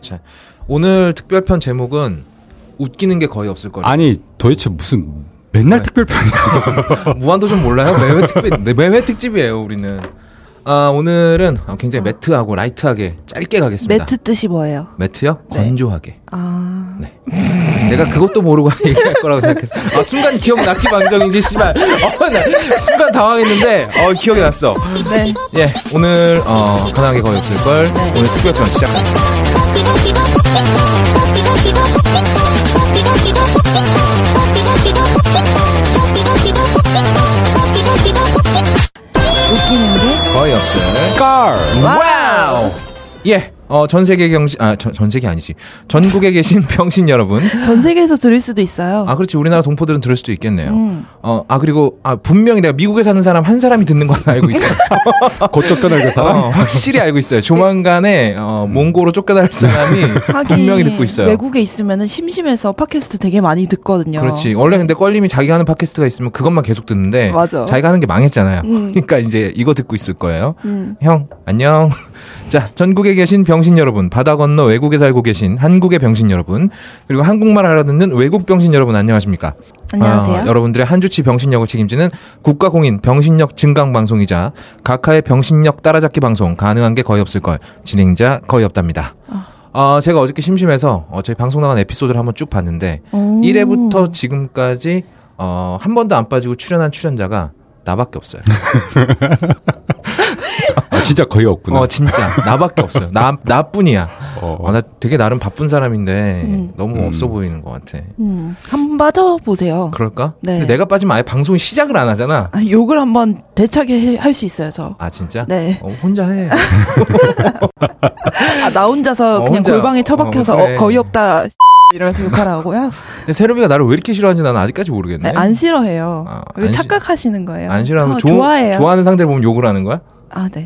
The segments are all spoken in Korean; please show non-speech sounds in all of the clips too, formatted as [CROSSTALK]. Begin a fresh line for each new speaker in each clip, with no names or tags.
자, 오늘 특별편 제목은 웃기는 게 거의 없을 거예요. 네.
아니 도대체 무슨 맨날 특별편이야.
[LAUGHS] 무한도전 몰라요? 매회 특집, 네, 매회 특집이에요, 우리는. 아, 오늘은 굉장히 매트하고 라이트하게 짧게 가겠습니다.
매트 뜻이 뭐예요?
매트요?
네.
건조하게. 네.
아
내가 그것도 모르고 [LAUGHS] 얘기할 거라고 생각했어. 아, 순간 기억 나기 방정인지, 씨발. 어, 나 순간 당황했는데, 어, 기억이 났어.
네.
예, 오늘, 어, 편하게 거의 없을 걸. 오늘 특별편 시작하겠습니다.
웃기는 게
거의 없을.
깔.
와우! 예, 어, 전 세계 경시, 아, 전, 전 세계 아니지. 전국에 계신 [LAUGHS] 병신 여러분.
전 세계에서 들을 수도 있어요.
아, 그렇지. 우리나라 동포들은 들을 수도 있겠네요.
음.
어, 아, 그리고, 아, 분명히 내가 미국에 사는 사람 한 사람이 듣는 건 알고 [LAUGHS] 있어요.
고쪽 떠날 그 사람.
어, 확실히 알고 있어요. 조만간에, 어, 몽고로 쫓겨날 사람이
[LAUGHS] 하긴
분명히 듣고 있어요.
외국에 있으면은 심심해서 팟캐스트 되게 많이 듣거든요.
그렇지. 원래 근데 껄림이 자기가 하는 팟캐스트가 있으면 그것만 계속 듣는데
맞아.
자기가 하는 게 망했잖아요.
음.
[LAUGHS] 그러니까 이제 이거 듣고 있을 거예요.
음.
형, 안녕. [LAUGHS] 자, 전국에 계신 병신 여러분, 바다 건너 외국에 살고 계신 한국의 병신 여러분, 그리고 한국말 알아듣는 외국 병신 여러분 안녕하십니까?
안녕하세요.
아, 여러분들의 한 주치 병신력을 책임지는 국가공인 병신력 증강 방송이자 각하의 병신력 따라잡기 방송 가능한 게 거의 없을 걸 진행자 거의 없답니다. 아, 제가 어저께 심심해서 어, 저희 방송 나간 에피소드를 한번 쭉 봤는데
오.
1회부터 지금까지 어, 한 번도 안 빠지고 출연한 출연자가 나밖에 없어요.
아, 진짜 거의 없구나.
어, 진짜 나밖에 없어요. 나 나뿐이야.
어.
아, 나 되게 나름 바쁜 사람인데 너무
음.
없어 보이는 것 같아.
음, 한번 빠져 보세요.
그럴까?
네.
근데 내가 빠지면 아예 방송이 시작을 안 하잖아.
아, 욕을 한번 대차게 할 수 있어요, 저.
아 진짜?
네.
어, 혼자 해.
아, 나 혼자서
어,
그냥
혼자.
골방에 처박혀서
어, 그래.
어, 거의 없다 [LAUGHS] 이러면서 욕하라고요?
근데 세롬이가 나를 왜 이렇게 싫어하는지 나는 아직까지 모르겠네.
네, 안 싫어해요.
아,
왜
안 싫-
착각하시는 거예요?
안 싫어하면
저
조-
좋아해요.
좋아하는 상대를 보면 욕을 하는 거야?
아, 네.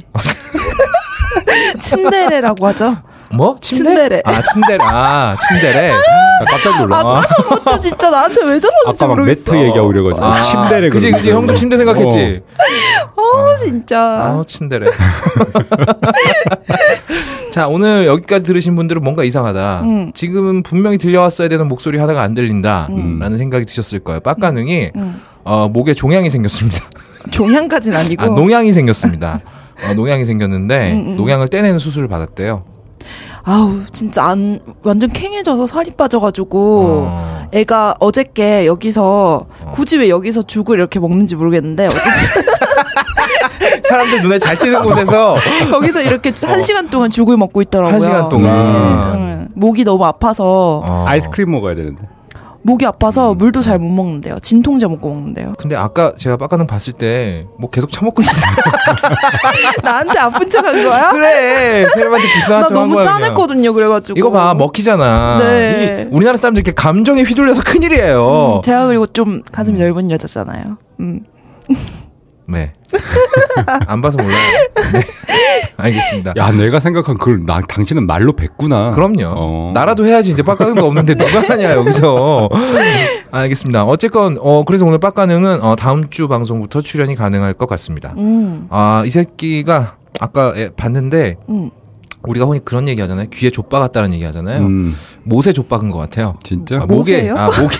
[LAUGHS] 친데레라고 하죠.
뭐? 침대?
침대래.
아 침대래. 아 침대래. 나 깜짝 놀라.
아, 나도 진짜 나한테 왜 저러는지
아까 막
모르겠어.
매트 얘기하고 이래가지고
아,
침대래
그지 그지 형도 침대 생각했지.
어, 진짜.
아 침대래. [LAUGHS] 자 오늘 여기까지 들으신 분들은 뭔가 이상하다.
음.
지금은 분명히 들려왔어야 되는 목소리 하나가 안 들린다라는
음.
생각이 드셨을 거예요. 빡가능이
음.
어, 목에 종양이 생겼습니다.
종양까진 아니고.
아, 농양이 생겼습니다. 어, 농양이 생겼는데
음, 음.
농양을 떼내는 수술을 받았대요.
아우, 진짜 안, 완전 캥해져서 살이 빠져가지고.
어.
애가 어저께 여기서 굳이 왜 여기서 죽을 이렇게 먹는지 모르겠는데
[LAUGHS]
어제
사람들 눈에 잘
[LAUGHS]
띄는 곳에서
거기서 이렇게 한 시간 동안 죽을 먹고 있더라고요.
어. 한 시간 동안
응, 목이 너무 아파서
어. 음.
아이스크림 먹어야 되는데.
목이 아파서 물도 잘 못 먹는데요. 진통제 먹고 먹는데요. [LAUGHS]
근데 아까 제가 빡가는 봤을 때 뭐 계속 처먹고 있는데
[LAUGHS] 나한테 아픈 척 한 거야?
그래 세림한테 불쌍한
나
척한
너무
거야, 그냥.
짠했거든요. 그래가지고
이거 봐 먹히잖아
네.
이 우리나라 사람들 이렇게 감정에 휘둘려서 큰일이에요
음, 제가 그리고 좀 가슴이 넓은 여자잖아요. 음.
네안 [LAUGHS] 봐서 몰라요 네. 알겠습니다
야 내가 생각한 그걸 나 당신은 말로 뱉구나.
그럼요.
어.
나라도 해야지 이제 빡가는 거 없는데 누가 하냐 여기서. 알겠습니다. 어쨌건 어 그래서 오늘 빡가능은 어 다음 주 방송부터 출연이 가능할 것 같습니다.
음.
아 이 새끼가 아까 예, 봤는데
음.
우리가 흔히 그런 얘기 하잖아요. 귀에 좆바 같다는 얘기 하잖아요.
음,
못에 좆박은 것 같아요.
진짜.
아, 목에
모세요?
아
[LAUGHS]
목에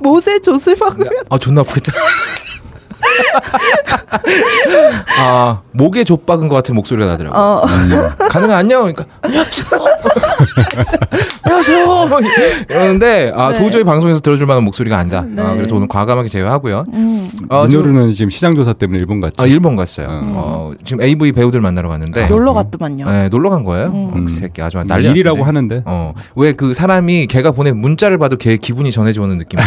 모세 조슬 박으면
아 존나 아프겠다. 아 목에 좆박은 것 같은 목소리가 나더라고. 요
어.
음.
가능한 안녕 그러니까 안녕하세요 안녕하세요 이러는데 아
네.
도저히 방송에서 들어줄 만한 목소리가 아니다 아,
네.
그래서 오늘 과감하게 제외하고요
음.
아, 지금-
문효르는 지금 시장 조사 때문에 일본 갔죠.
아 일본 갔어요
음. 아.
어, 지금 AV 배우들 만나러 갔는데
놀러 갔더만요.
네, 놀러 간 거예요
음.
어, 그 새끼 아주 난리
일이라고
났는데.
하는데.
어, 왜 그 사람이 걔가 보낸 문자를 봐도 걔 기분이 전해지는
[LAUGHS]
느낌.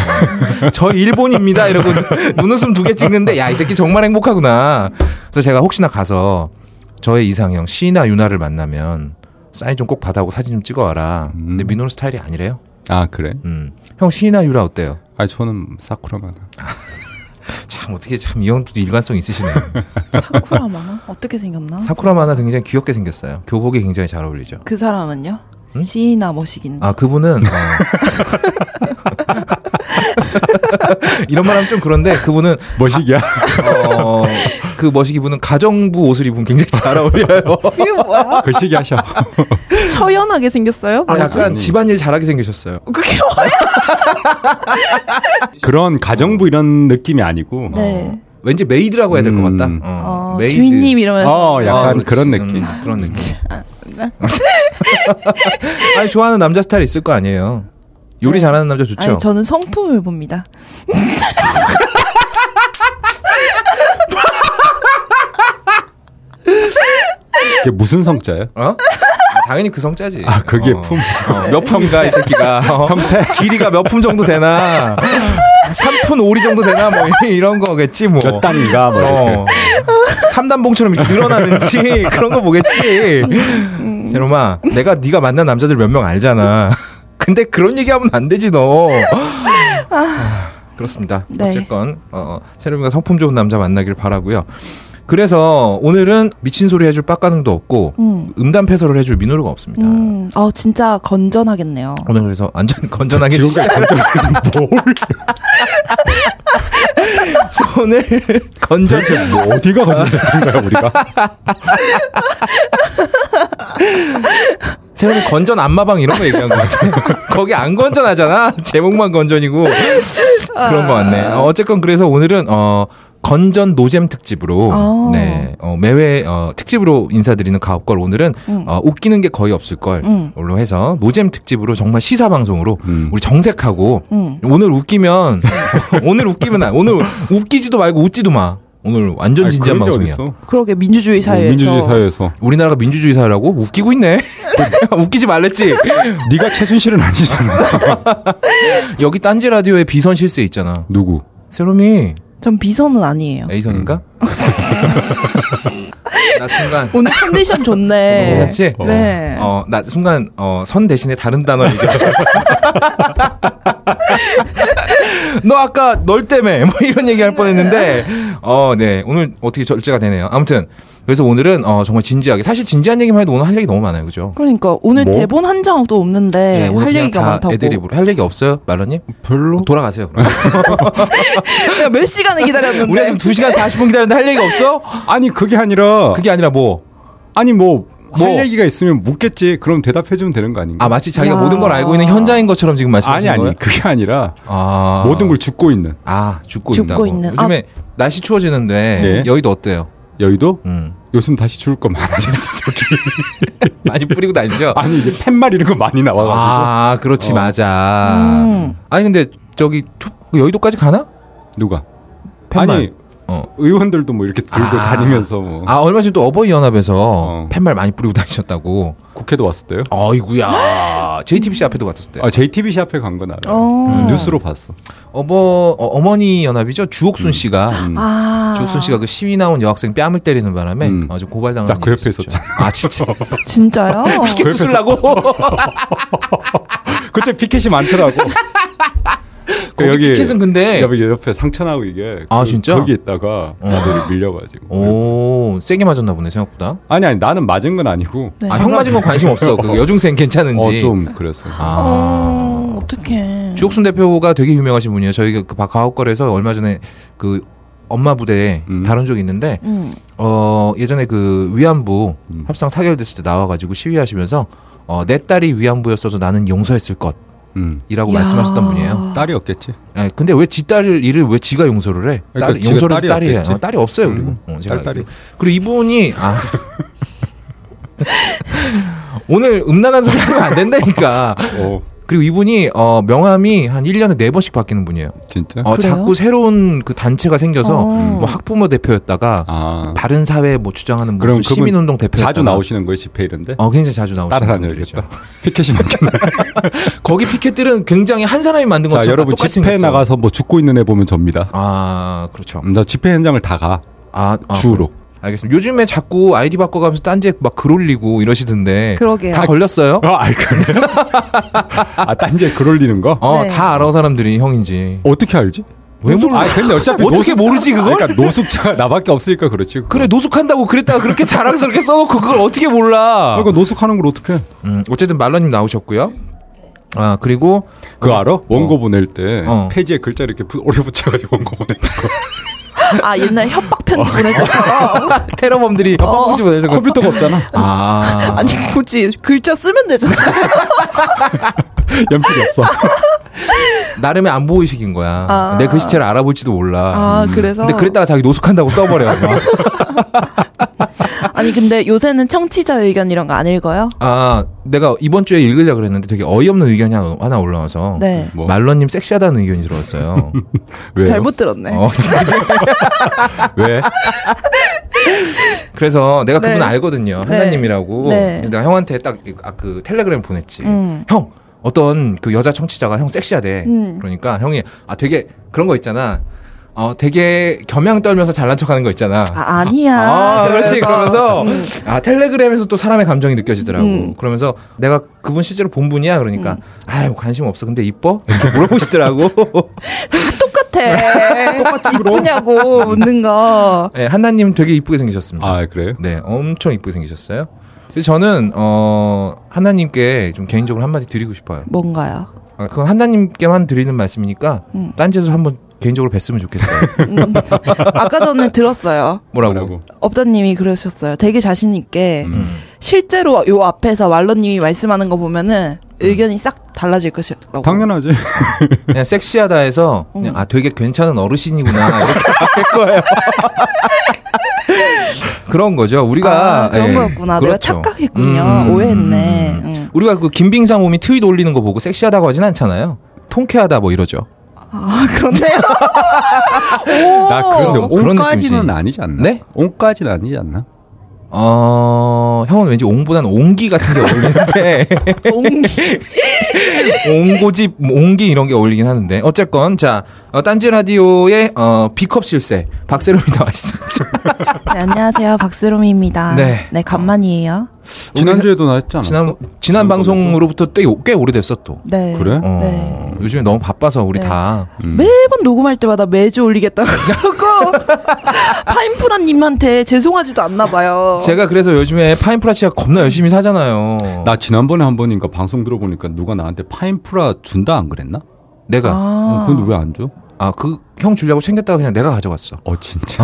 저 일본입니다. 이러고 눈웃음 두 개 찍는데, 야, 이 새끼 정말 행복하구나. 그래서 제가 혹시나 가서 저의 이상형, 시나 유나를 만나면 사인 좀 꼭 받아오고 사진 좀 찍어와라.
음.
근데 민호는 스타일이 아니래요.
아 그래?
음. 형, 시나 유나 어때요?
아 저는 사쿠라만.
참, 어떻게 참, 이 형들도 일관성 있으시네요.
사쿠라
[LAUGHS]
마나? 어떻게 생겼나?
사쿠라마나 굉장히 귀엽게 생겼어요. 교복이 굉장히 잘 어울리죠.
그 [LAUGHS] 사람은요? 시나 머시긴.
아, 그분은, 어, [LAUGHS] 이런 말 하면 좀 그런데 그분은
뭐 머시기야. [LAUGHS]
어, 그 머시기 분은 가정부 옷을 입으면 굉장히 잘
[LAUGHS]
어울려요.
이게 뭐야?
그 시기 하셔.
처연하게 생겼어요?
아,
뭐지?
약간 집안일 잘하게 생기셨어요.
그게 뭐야?
그런 가정부 이런 느낌이 아니고.
네.
왠지 메이드라고 해야 될 것 같다.
음.
어,
어,
메이드.
주인님 이러면서
어,
아,
약간
그렇지.
그런 느낌.
음, 그런 느낌.
아,
[LAUGHS] 아니 좋아하는 남자 스타일 있을 거 아니에요. 요리 잘하는 남자 좋죠.
네. 아니 저는 성품을 봅니다.
아.
그게 무슨 성자예요?
어? 아, 당연히 그 성짜지.
아, 그게
어.
품.
어, 몇 품인가 이 새끼가. 어. 길이가 몇 품 정도 되나? 3푼 오리 정도 되나? 뭐 이- 이런 거겠지 뭐.
몇 단인가 뭐 이렇게.
어. 삼단봉처럼 이렇게 [LAUGHS] 늘어나는지 그런 거 보겠지. 제롬아, 내가 네가 만난 남자들 몇 명 알잖아. 근데 그런 얘기하면 안 되지 너. 아, 그렇습니다.
네.
어쨌건 어, 세롬이가 성품 좋은 남자 만나길 바라고요. 그래서 오늘은 미친 소리 해줄 빡가능도 없고
음.
음담 패설을 해줄 민호루가 없습니다.
음, 어 진짜 건전하겠네요.
오늘 그래서 완전 건전하게
지금까지 그
[LAUGHS] 시작-
건전하게 [LAUGHS] 뭘
오늘 건전
대체 뭐 어디가 건전한가요 [LAUGHS] 우리가?
세훈이 건전 안마방 이런 거 얘기한 것 같아. [LAUGHS] 거기 안 건전하잖아. 제목만 건전이고 그런 거 같네.
아.
어, 어쨌건 그래서 오늘은 어 건전 노잼 특집으로
아.
네 어, 매회 어, 특집으로 인사드리는 가옥걸 오늘은
음.
어, 웃기는 게 거의 없을 걸로
음.
해서 노잼 특집으로 정말 시사 방송으로
음.
우리 정색하고
음.
오늘 웃기면 [LAUGHS] 오늘 웃기면 안- 오늘 웃기지도 말고 웃지도 마. 오늘 완전
아니,
진지한
그런 게
방송이야.
어딨어?
그러게 민주주의
뭐
사회에서
민주주의 사회에서
우리나라가 민주주의 사회라고 웃기고 있네. [LAUGHS] 웃기지 말랬지.
네가 최순실은 아니잖아. [LAUGHS]
여기 딴지 라디오에 비선 실세 있잖아.
누구?
세롬이
전 비선은
네.
아니에요.
A선인가? 음. 나 [LAUGHS] 순간
오늘 컨디션 좋네.
괜찮지?
네.
어 나 순간 어 선 대신에 다른 단어 [LAUGHS] 얘기. 너 아까 널 때문에 뭐 이런 얘기 할 뻔했는데 어 네 오늘 어떻게 절제가 되네요. 아무튼 그래서 오늘은 어 정말 진지하게 사실 진지한 얘기만 해도 오늘 할 얘기 너무 많아요, 그죠?
그러니까 오늘
뭐?
대본 한 장도 없는데
네, 오늘
예, 할
예, 그냥
얘기가
다
많다고.
애드립으로 할 얘기 없어요, 말러님?
별로.
돌아가세요.
[LAUGHS]
그럼.
내가 몇 시간을 기다렸는데.
우리 지금 2 시간 4 0분 기다렸는데 할 얘기 없어?
아니 그게 아니라
그게 아니라 뭐
아니 뭐 할
뭐?
얘기가 있으면 묻겠지. 그럼 대답해 주면 되는 거 아닌가?
아 마치 자기가
야.
모든 걸 알고 있는 현자인 것처럼 지금
아니
말씀하시는
아니
거예요?
그게 아니라
아
모든 걸 죽고 있는
아 죽고,
죽고
있다고.
있는.
요즘에 날씨 추워지는데
네.
여의도 어때요?
여의도
음
요즘 다시 죽을 거 많아졌어 [LAUGHS] 저기.
많이 뿌리고 다니죠.
[LAUGHS] 아니 이제 팻말 이런 거 많이 나와가지고
아 그렇지
어.
맞아.
음.
아니 근데 저기 투- 그 여의도까지 가나?
누가?
팻말.
아니
어.
의원들도 뭐 이렇게 들고
아.
다니면서 뭐
아 얼마 전에 또 어버이 연합에서
어.
팻말 많이 뿌리고 다니셨다고.
국회도 왔을 때요.
아이구야. JTBC 앞에도 갔었을 때.
아 JTBC 앞에 간 건 알아.
어.
요 뉴스로 봤어.
어버 어, 어머니 연합이죠. 주옥순 씨가
음.
아.
주옥순 씨가 그 시위 나온 여학생 뺨을 때리는 바람에
음.
아주 고발당한
나그
일이
옆에
있었죠.
있었잖아.
아
[LAUGHS]
진짜. [LAUGHS]
진짜요?
피켓
옆에서-
쓰려고.
그때 피켓이 많더라고.
[LAUGHS] 거기 피켓은 근데-
그 여기 옆에 상처나고 이게 그
아, 진짜? 어.
거기 있다가 아들이 밀려가지고
오 세게 맞았나 보네 생각보다.
아니 아니 나는 맞은 건 아니고
네.
아 형 맞은 건 관심 없어. 그
[LAUGHS]
여중생 괜찮은지.
어좀 그랬어.
아.
어, 어떡해.
주옥순 대표가 되게 유명하신 분이에요. 저희가 그 가옥걸에서 얼마 전에 그 엄마 부대에
음.
다룬 적이 있는데
음.
어 예전에 그 위안부
음.
협상 타결됐을 때 나와가지고 시위하시면서 어, 내 딸이 위안부였어도 나는 용서했을 것이라고
음.
야.
말씀하셨던 분이에요.
딸이었겠지.
예, 근데 왜 지 딸 일을 왜 지가 용서를 해?
그러니까
딸
지가
용서를
딸이
딸이 해.
없겠지.
어, 딸이 없어요 그리고.
음,
어, 제가
딸, 딸이.
알기로. 그리고 이분이 아 오늘 음란한 소리 하면 안 된다니까.
어
그리고 이분이 어, 명함이 한 1년에 4번씩 바뀌는 분이에요.
진짜?
어,
아, 그래요?
자꾸 새로운 그 단체가 생겨서
어.
뭐 학부모 대표였다가
아
바른 사회 뭐 주장하는
그럼
무슨
그분
시민운동 대표
자주 나오시는 거예요 집회 이런데?
어, 굉장히 자주 나오시는 분들이죠.
따라다녀야겠다. [LAUGHS] 피켓이 많겠네.
거기 피켓들은 굉장히 한 사람이 만든 것처럼
자
다
여러분
뭐 똑같이
집회
생겼어요.
나가서 뭐 죽고 있는 애 보면 접니다.
아, 그렇죠.
음, 나 집회 현장을 다 가.
아, 아,
주로.
알겠습니다. 요즘에 자꾸 아이디 바꿔가면서 딴지에 막 글 올리고 이러시던데
그러게요.
다 걸렸어요?
아, 아이 그래요? [LAUGHS] 아, 딴지에 글 올리는 거?
어,
네.
다 알아 사람들이 형인지.
어떻게 알지?
왜 몰라?
아, 근데 어차피
어떻게 모르지, 그걸?
그러니까 노숙자가 [LAUGHS] 나밖에 없으니까 그렇지. 그거.
그래 노숙한다고 그랬다가 그렇게 자랑스럽게 써놓고 그걸 어떻게 몰라?
아, 이거 노숙하는 걸 그러니까 어떻게?
음, 어쨌든 말러님 나오셨고요. 아 그리고
그거 알아? 원고 보낼 때
어.
페이지에 글자 이렇게 부- 오래 붙여가지고 원고 보내는 거.
아 옛날 협박
어.
편지 보낼 것처럼
[LAUGHS] 테러범들이 협박공지 보내서 그-
컴퓨터가 없잖아.
[LAUGHS] 아
아니 굳이 글자 쓰면 되잖아.
[LAUGHS] 연필이 없어.
나름의 안 보이식인 거야.
아.
내 글씨체를 알아볼지도 몰라.
아 그래서
근데 그랬다가 자기 노숙한다고 써버려. 막.
아니 근데 요새는 청취자 의견 이런 거 안 읽어요?
아, 내가 이번 주에 읽으려고 그랬는데 되게 어이없는 의견이 하나 하나 올라와서
네.
뭐.
말러님 섹시하다는 의견이 들어왔어요.
[LAUGHS] 왜요?
잘못 [LAUGHS] 들었네.
어, [LAUGHS]
왜?
그래서 내가 그분
네.
알거든요.
네.
하나님이라고.
네.
그래서 내가 형한테 딱 그 텔레그램 보냈지.
음.
형 어떤 그 여자 청취자가 형 섹시하대.
음.
그러니까 형이 아 되게 그런 거 있잖아. 어 되게 겸양 떨면서 잘난 척하는 거 있잖아.
아 아니야.
아, 그렇지.
그래서.
그러면서 아 텔레그램에서 또 사람의 감정이 느껴지더라고.
음.
그러면서 내가 그분 실제로 본 분이야. 그러니까 아유 관심 없어. 근데 이뻐? 이렇게 [LAUGHS] 물어보시더라고.
[LAUGHS] 똑같아. 똑같이 이쁘냐고 묻는 거.
네, 한나님 되게 이쁘게 생기셨습니다.
아 그래요?
네, 엄청 이쁘게 생기셨어요. 그래서 저는 어 하나님께 좀 개인적으로 한마디 드리고 싶어요.
뭔가요?
아, 그건 하나님께만 드리는 말씀이니까
음.
딴짓을 한번 개인적으로 뵀으면 [LAUGHS] 좋겠어요.
음, 아까 전에 들었어요.
뭐라고?
업다님이 그러셨어요. 되게 자신 있게
음.
실제로 요 앞에서 왈러님이 말씀하는 거 보면은 의견이 싹 달라질
[LAUGHS]
것이라고.
당연하지.
그냥 섹시하다해서 그냥 아 되게 괜찮은 어르신이구나 이렇게 [LAUGHS] 할 거예요. 그런 거죠. 우리가
아, 그런
예,
거였구나. 내가
그렇죠.
착각했군요.
음, 음,
오해했네.
음, 음.
음.
우리가 그 김빙상 몸이 트윗 올리는 거 보고 섹시하다고 하진 않잖아요. 통쾌하다 뭐 이러죠.
아
[LAUGHS]
그렇네요. 오.
나 그런데
어, 그런
온까지는
느낌이지.
아니지 않나?
네?
온까지는 아니지 않나?
어 형은 왠지 옹보단 옹기 같은 게
[LAUGHS]
어울리는데 [LAUGHS]
옹기. 네,
옹고집 뭐 옹기 이런 게 어울리긴 하는데 어쨌건 자 어, 딴지 라디오의 어, B컵 실세 박세롬이 나와 있습니다.
네, 안녕하세요, 박스롬입니다.
네.
간만이에요.
지난주에도 나 했잖아.
지난 지난 방송으로부터 꽤, 꽤 오래됐어 또.
네.
그래?
어,
네.
요즘에 너무 바빠서 우리
네.
다.
매번 녹음할 때마다 매주 올리겠다고 [LAUGHS] 그러고 파인프라님한테 죄송하지도 않나 봐요.
제가 그래서 요즘에 파인프라치가 겁나 열심히 사잖아요.
나 지난번에 한 번인가 방송 들어보니까 누가 나한테 파인프라 준다 안 그랬나?
내가
어,
아,
근데 왜 안 줘?
아 그 형 주려고 챙겼다가 그냥 내가 가져갔어.
어 진짜.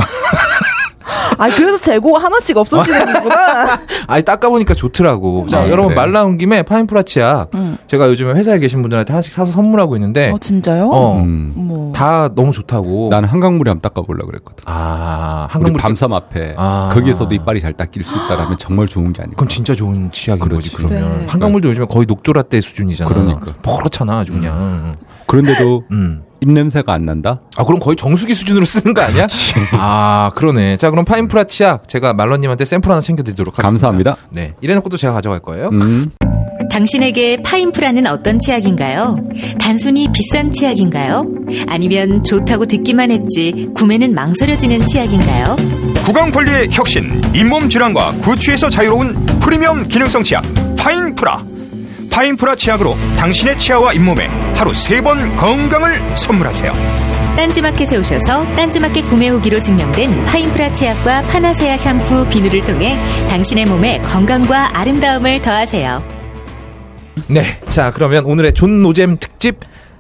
아 그래서 재고 하나씩 없어지는 거구나.
[LAUGHS] 아니 닦아보니까 좋더라고. 자
아,
여러분
그래?
말 나온 김에 파인프라치야.
음.
제가 요즘에 회사에 계신 분들한테 하나씩 사서 선물하고 있는데
어 진짜요?
어.
음.
뭐.
다 너무 좋다고.
나는 한강물에 한번 닦아보려 고 그랬거든.
아
우리
한강물이
밤삼 앞에
아.
거기에서도 이빨이 잘 닦일 수 있다라면 정말 좋은 게 아니고.
그건 진짜 좋은 치약인
그렇지.
거지 그러면
네.
한강물도 요즘에 거의 녹조라떼 수준이잖아.
그러니까. 음.
퍼렇잖아 아주 그냥.
그런데도
음.
입 냄새가 안 난다.
아 그럼 거의 정수기 수준으로 쓰는 거 아니야? 아 그러네. 자 그럼 파인프라 치약 제가 말러님한테 샘플 하나 챙겨드리도록 하겠습니다.
감사합니다.
네 이래놓고 또 제가 가져갈 거예요.
음.
당신에게 파인프라는 어떤 치약인가요? 단순히 비싼 치약인가요? 아니면 좋다고 듣기만 했지 구매는 망설여지는 치약인가요?
구강 관리의 혁신, 잇몸 질환과 구취에서 자유로운 프리미엄 기능성 치약 파인프라. 파인프라 치약으로 당신의 치아와 잇몸에 하루 세 번 건강을 선물하세요.
딴지마켓에 오셔서 딴지마켓 구매 후기로 증명된 파인프라 치약과 파나세아 샴푸 비누를 통해 당신의 몸에 건강과 아름다움을 더하세요.
네. 자 그러면 오늘의 존 노잼 특집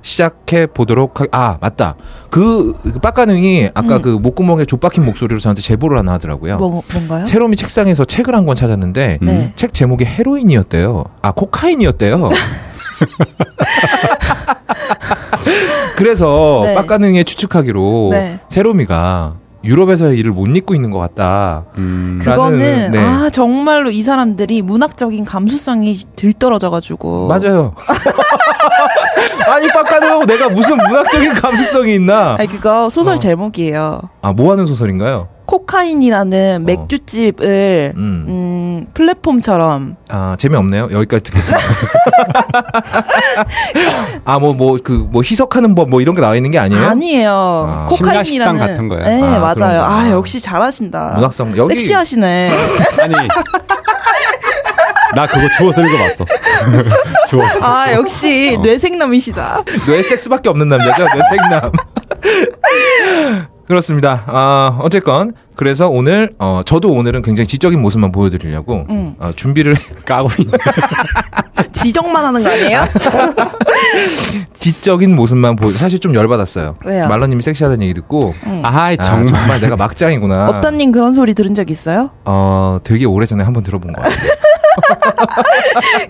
시작해 보도록 하. 아 맞다. 그 빠가능이 아까 그 목구멍에 좆박힌 목소리로 저한테 제보를 하나 하더라고요.
뭐, 뭔가요?
세롬이 책상에서 책을 한 권 찾았는데
네.
책 제목이 헤로인이었대요. 아
[LAUGHS]
코카인이었대요. 그래서
네.
빡가능의 추측하기로
네.
세롬이가 유럽에서의 일을 못 잊고 있는 것 같다.
음.
그거는
라는, 네.
아 정말로 이 사람들이 문학적인 감수성이 들떨어져가지고 [LAUGHS]
맞아요. 아니 빡가능 내가 무슨 문학적인 감수성이 있나?
아니 그거 소설
어.
제목이에요.
아 뭐하는 소설인가요?
어.
코카인이라는 맥주집을
음.
음, 플랫폼처럼
아 재미없네요. 여기까지
[LAUGHS]
듣겠습니다. 아 뭐 뭐 그 뭐 희석하는 법 뭐 이런 게 나와 있는 게 아니에요?
아니에요.
아,
코카인이라는
예? 심야식당 같은 거야?
네
아,
맞아요.
그런 거.
아 역시 잘하신다.
문학성 여기
[LAUGHS]
섹시하시네.
아니. 나 그거 주워서 읽어봤어. 주워서.
아
어.
역시 뇌생남이시다.
뇌 섹스밖에 없는 남자죠. 뇌 섹남. [LAUGHS] 그렇습니다. 아, 어쨌건 그래서 오늘 어, 저도 오늘은 굉장히 지적인 모습만 보여드리려고
음.
어, 준비를 [LAUGHS]
까고 있네.
지적만 하는 거 아니에요?
지적인 모습만 보여. 사실 좀 열받았어요.
왜요? 음.
말러님이 섹시하다는 얘기 듣고
아이,
아,
정말.
정말 내가
아.
막장이구나.
업다님 그런 소리 들은 적 있어요?
어 되게 오래 전에 한번 들어본 것 같아요.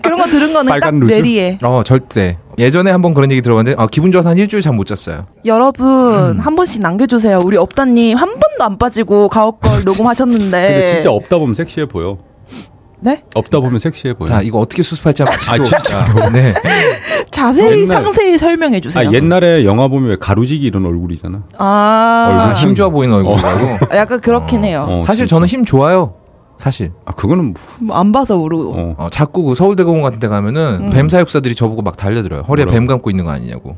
그런 거 들은 거는
빨간
딱
루즈?
내리에.
어 절대. 예전에 한번 그런 얘기 들어봤는데 아, 기분 좋아서 한 일주일 잠 못 잤어요.
음.
여러분 한 번씩 남겨주세요. 우리 업다님 한 번도 안 빠지고 가업걸
[LAUGHS] 근데
녹음하셨는데.
진짜 없다 보면 섹시해 보여.
네?
없다 보면 섹시해 보여.
자 이거 어떻게 수습할지 한번
아,
진짜. 네.
자세히
옛날-
상세히 설명해 주세요.
아, 옛날에 영화 보면 왜 가루지기 이런 얼굴이잖아.
아,
아, 힘 좋아 보이는 얼굴이라고.
약간 그렇긴 해요.
어,
사실
진짜.
저는 힘 좋아요. 사실.
아, 그거는 뭐,
뭐안 봐서 모르고.
어.
어, 자꾸 그 서울대공원 같은 데
음.
가면은 뱀 사육사들이 저보고 막 달려들어요. 허리에
뭐라고?
뱀 감고 있는 거 아니냐고.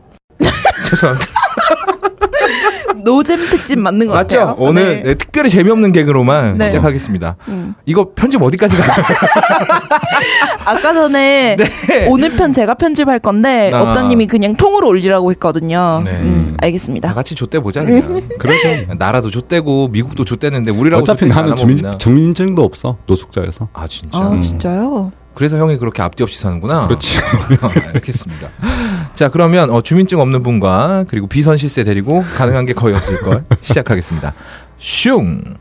죄송합니다.
노잼 특집 맞는 것
맞죠?
같아요.
오늘
네.
네, 특별히 재미없는 개그로만
네.
시작하겠습니다. 이거 편집 어디까지
[LAUGHS]
가?
아까
[LAUGHS]
전에 오늘 편 제가 편집할 건데
네. 아.
업다님이 그냥 통으로 올리라고 했거든요.
네.
음,
다
알겠습니다.
같이 좆대 보자 그냥.
음.
그래서 나라도 좆대고 미국도 좆대는데 우리라고
어차피
좆대지
나는
않아
주민,
먹나.
주민증도 없어. 노숙자여서.
아 진짜.
아 진짜요?
그래서 형이 그렇게 앞뒤 없이 사는구나.
그렇지.
아, [LAUGHS] 알겠습니다. 자 그러면 어, 주민증 없는 분과 그리고 비선 실세 데리고 가능한 게 거의 없을 걸 시작하겠습니다. 슝.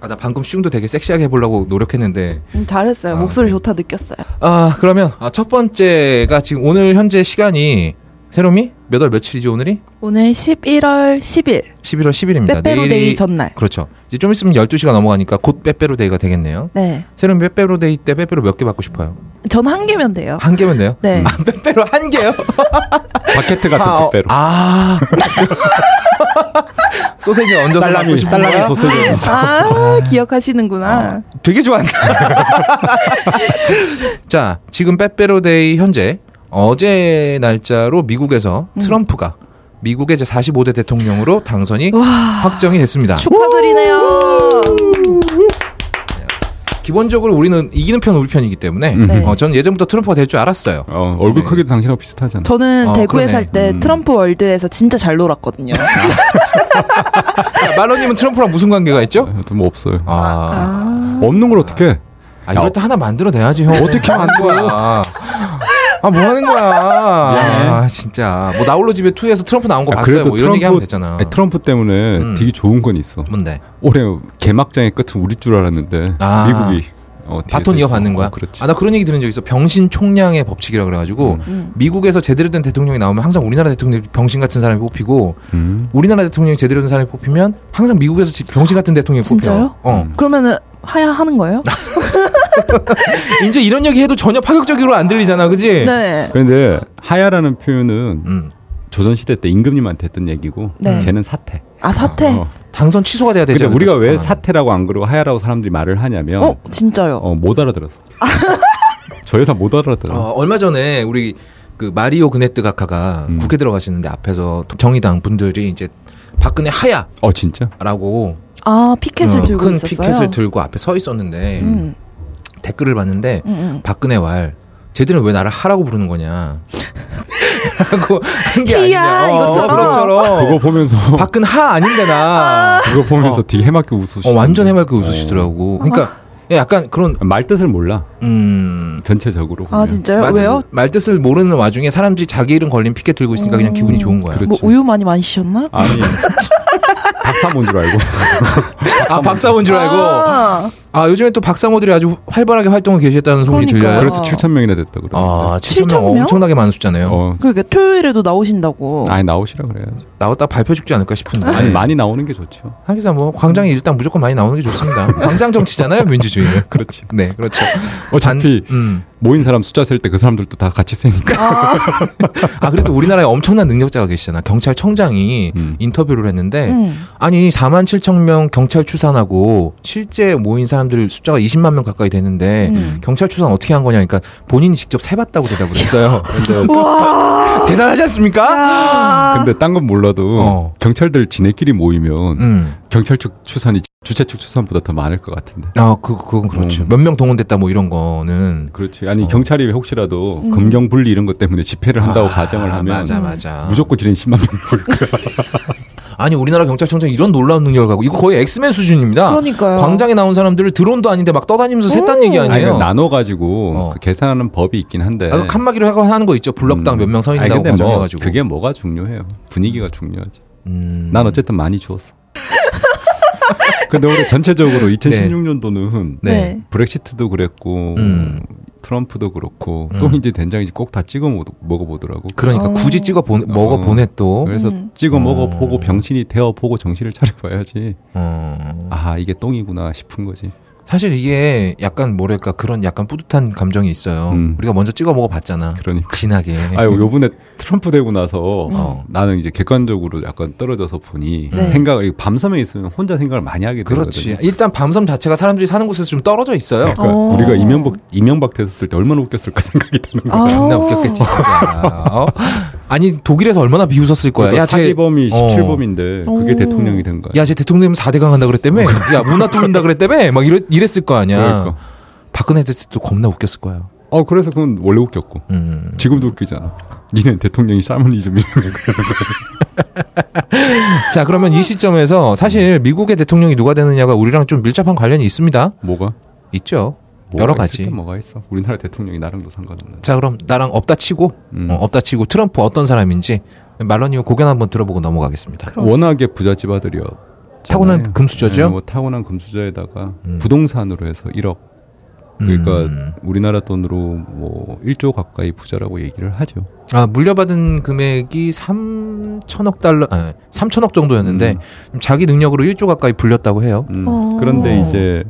아나 방금 슝도 되게 섹시하게 해보려고 노력했는데
음, 잘했어요.
아,
목소리
네.
좋다 느꼈어요.
아 그러면 아, 첫 번째가 지금 오늘 현재 시간이 새롬이 몇 월 며칠이죠 오늘이?
오늘 11월 10일
11월 10일입니다.
빼빼로데이 전날.
그렇죠. 이제 좀 있으면 12시가 넘어가니까 곧 빼빼로데이가 되겠네요.
네.
새롬이 빼빼로데이 때 빼빼로 몇 개 받고 싶어요?
전 한 개면 돼요.
한 개면 돼요?
네.
아, 빼빼로 한 개요?
[LAUGHS] 바케트 같은
아, 어,
빼빼로.
아. [LAUGHS] 소세지 얹어서
살라미,
먹고 싶은
살라미
거야? 음.
소세지.
[LAUGHS]
아 기억하시는구나.
되게 좋아한다. [LAUGHS] 자, 지금 빼빼로데이 현재 어제 날짜로 미국에서 트럼프가 미국의 제 45대 대통령으로 당선이 확정이 됐습니다.
축하드리네요.
기본적으로 우리는 이기는 편 우리 편이기 때문에
음.
네.
어, 저는 예전부터 트럼프가 될 줄 알았어요.
어, 얼굴
음.
크기도 당신하고 비슷하잖아.
저는
어, 그러네.
대구에
음.
살 때
음.
트럼프 월드에서 진짜 잘 놀았거든요.
야, 말로님은 트럼프랑 무슨 관계가 있죠?
어, 좀 없어요.
아,
없는 걸 어떻게 해?
아 이럴 때 하나 만들어내야지 형. 어떻게 만들어? 아뭐 하는 거야? 아, 진짜 뭐 나홀로 집에 투에서 트럼프 나온 거
아,
봤어요. 뭐 이런 얘기 하면 되잖아.
아니, 트럼프 네, 때문에
음.
되게 좋은 건 있어.
뭔데?
올해 개막장의 끝은 우리 줄 알았는데
아.
미국이 어, 뒤에서
바톤
있어.
이어받는 거야.
어, 그렇지. 음.
아 나 그런 얘기 들은 적 있어. 병신 총량의 법칙이라 그래가지고
음.
미국에서 제대로 된 대통령이 나오면 항상 우리나라 대통령 이 병신 같은 사람이 뽑히고
음.
우리나라 대통령이 제대로 된 사람이 뽑히면 항상 미국에서 지- 병신 같은 대통령이
진짜요?
뽑혀. 어.
그러면은 하야 하는 거예요?
아,
음.
이제 이런 얘기 해도 전혀 파격적으로 안 들리잖아, 그지?
네.
그런데 하야라는 표현은
음.
조선 시대 때 임금님한테 했던 얘기고
네.
쟤는 사태.
아 사태.
네,
어.
당선 취소가 돼야 되지.
근데
않을까
우리가 왜
싶어, 나는.
사태라고 안 그러고 하야라고 사람들이 말을 하냐면
어 진짜요.
어, 못
[LAUGHS]
알아들어서. 저 여사 못 알아들어.
어, 얼마 전에 우리 그 마리오 그네트 각하가
음.
국회 들어가시는데 앞에서 정의당 분들이 이제 박근혜 하야라고
어 진짜?
아 피켓을
어,
들고
큰
있었어요.
피켓을 들고 앞에 서 있었는데
음.
댓글을 봤는데
음, 음.
박근혜 왈 쟤들은 왜 나를 하라고 부르는 거냐 [LAUGHS] 하고 한게
히야,
아니냐 어,
이것처럼.
그것처럼
그거 뭐. 보면서
박근 하 아닌데 나
그거 보면서 되게 해맑게 웃으시.
어, 완전 해맑게
어.
웃으시더라고 그러니까 약간 그런
말 뜻을 몰라
음
전체적으로.
아
보면.
진짜요?
말뜻-
왜요?
말뜻을 모르는 와중에 사람들이 자기 이름 걸린 피켓 들고 있으니까 그냥 기분이 좋은 거야.
그래.
뭐
그렇지.
우유 많이 마시셨나? [LAUGHS]
아니 박사모인 줄 알고.
아 박사모인 줄 알고.
아,
아 요즘에 또 박사모들이 아주 활발하게 활동을 계시했다는 소문이
그러니까요.
들려요.
그래서 7천 명이나 됐다 그러는데.
아 7천
7,000
명
명?
엄청나게 많은 숫자네요.
어.
그러니까 토요일에도 나오신다고.
아니 나오시라 그래야지.
나왔다 발표 죽지 않을까 싶은데.
아니 많이 나오는 게 좋죠.
하기사 뭐 광장에 일단 무조건 많이 나오는 게 좋습니다. 광장 정치잖아요 민주주의는.
그렇지.
네 그렇죠.
어차피
단- 음.
모인 사람 숫자 셀 때 그 사람들도 다 같이 세니까.
아 그래도 우리나라에 엄청난 능력자가 계시잖아. 경찰청장이
음.
인터뷰를 했는데
음.
아니 4만 7천 명 경찰 추산하고 실제 모인 사람들 숫자가 20만 명 가까이 되는데
음.
경찰 추산 어떻게 한 거냐 그러니까 본인이 직접 세봤다고 대답을 했어요.
[LAUGHS] 근데,
대단하지 않습니까?
근데 딴 건 몰라도
어.
경찰들 지네끼리 모이면
음.
경찰 측 추산이 주최 측 추산보다 더 많을 것 같은데.
아, 그 그건 그렇죠.
음.
몇 명 동원됐다 뭐 이런 거는
그렇지. 아니
어.
경찰이 혹시라도
음.
검경 분리 이런 것 때문에 집회를 한다고 가정을
아,
하면
맞아 맞아.
무조건 지는 10만 명.
아니 우리나라 경찰청장 이런 놀라운 능력을 갖고 이거 거의 엑스맨 수준입니다.
그러니까요.
광장에 나온 사람들을 드론도 아닌데 막 떠다니면서 셌다는 얘기
아니
아니에요.
그 나눠가지고
어.
그 계산하는 법이 있긴 한데.
아, 그 칸막이로 해가 하는 거 있죠. 블럭당 몇 명 서
음. 아니,
있다고
근데 뭐
가정해가지고.
그게 뭐가 중요해요. 분위기가 중요하지.
음.
난 어쨌든 많이 주웠어. [LAUGHS] 근데 올해 전체적으로 2016년도는
네.
브렉시트도 그랬고
음.
트럼프도 그렇고 똥인지 된장인지 꼭 다 찍어 먹- 먹어보더라고.
그러니까 굳이 찍어 보 먹어 아. 보내 또.
그래서 찍어 먹어보고 병신이 되어보고 정신을 차려봐야지.
어.
아 이게 똥이구나 싶은 거지.
사실 이게 약간 뭐랄까 그런 약간 뿌듯한 감정이 있어요.
음.
우리가 먼저 찍어 먹어봤잖아.
그러니까.
진하게.
아유 요번에 트럼프 되고 나서
네. 어.
나는 이제 객관적으로 약간 떨어져서 보니
네.
생각을 밤섬에 있으면 혼자 생각을 많이 하게 되거든요.
그렇지. 일단 밤섬 자체가 사람들이 사는 곳에서 좀 떨어져 있어요.
그러니까
어.
우리가 이명박 이명박 됐을 때 얼마나 웃겼을까 [LAUGHS] 생각이 드는 거야.
아.
존나 웃겼겠지 진짜.
[LAUGHS]
어? 아니 독일에서 얼마나 비웃었을 거야.
그러니까
쟤-
사기범이
어.
17범인데 그게
오.
대통령이 된 거야.
야, 쟤 대통령 되면 4대강 한다 그랬다며? 야, 문화 뚫는다 그랬다며? 막 이랬, 이랬을 거 아니야.
어. 그러니까.
박근혜 됐을 때도 겁나 웃겼을 거야.
어 그래서 그건 원래 웃겼고
음.
지금도 웃기잖아. 니는 대통령이 샤머니즘이라는 거야.
자, 그러면 이 시점에서 사실 미국의 대통령이 누가 되느냐가 우리랑 좀 밀접한 관련이 있습니다.
[LAUGHS] 뭐가?
있죠.
뭐가
여러
있을
가지.
때 뭐가 있어? 우리나라 대통령이 나름도 상관없는.
자, 그럼 나랑 없다 치고,
음.
어, 없다 치고 트럼프 어떤 사람인지 말러님 고견 한번 들어보고 넘어가겠습니다.
워낙에 부잣집 아들이요.
타고난 금수저죠?
뭐 타고난 금수저에다가 부동산으로 해서 1억. 그러니까 우리나라 돈으로 뭐 1조 가까이 부자라고 얘기를 하죠.
아, 물려받은 금액이 3천억 달러, 아, 3천억 정도였는데 자기 능력으로 1조 가까이 불렸다고 해요.
음,
어.
그런데 이제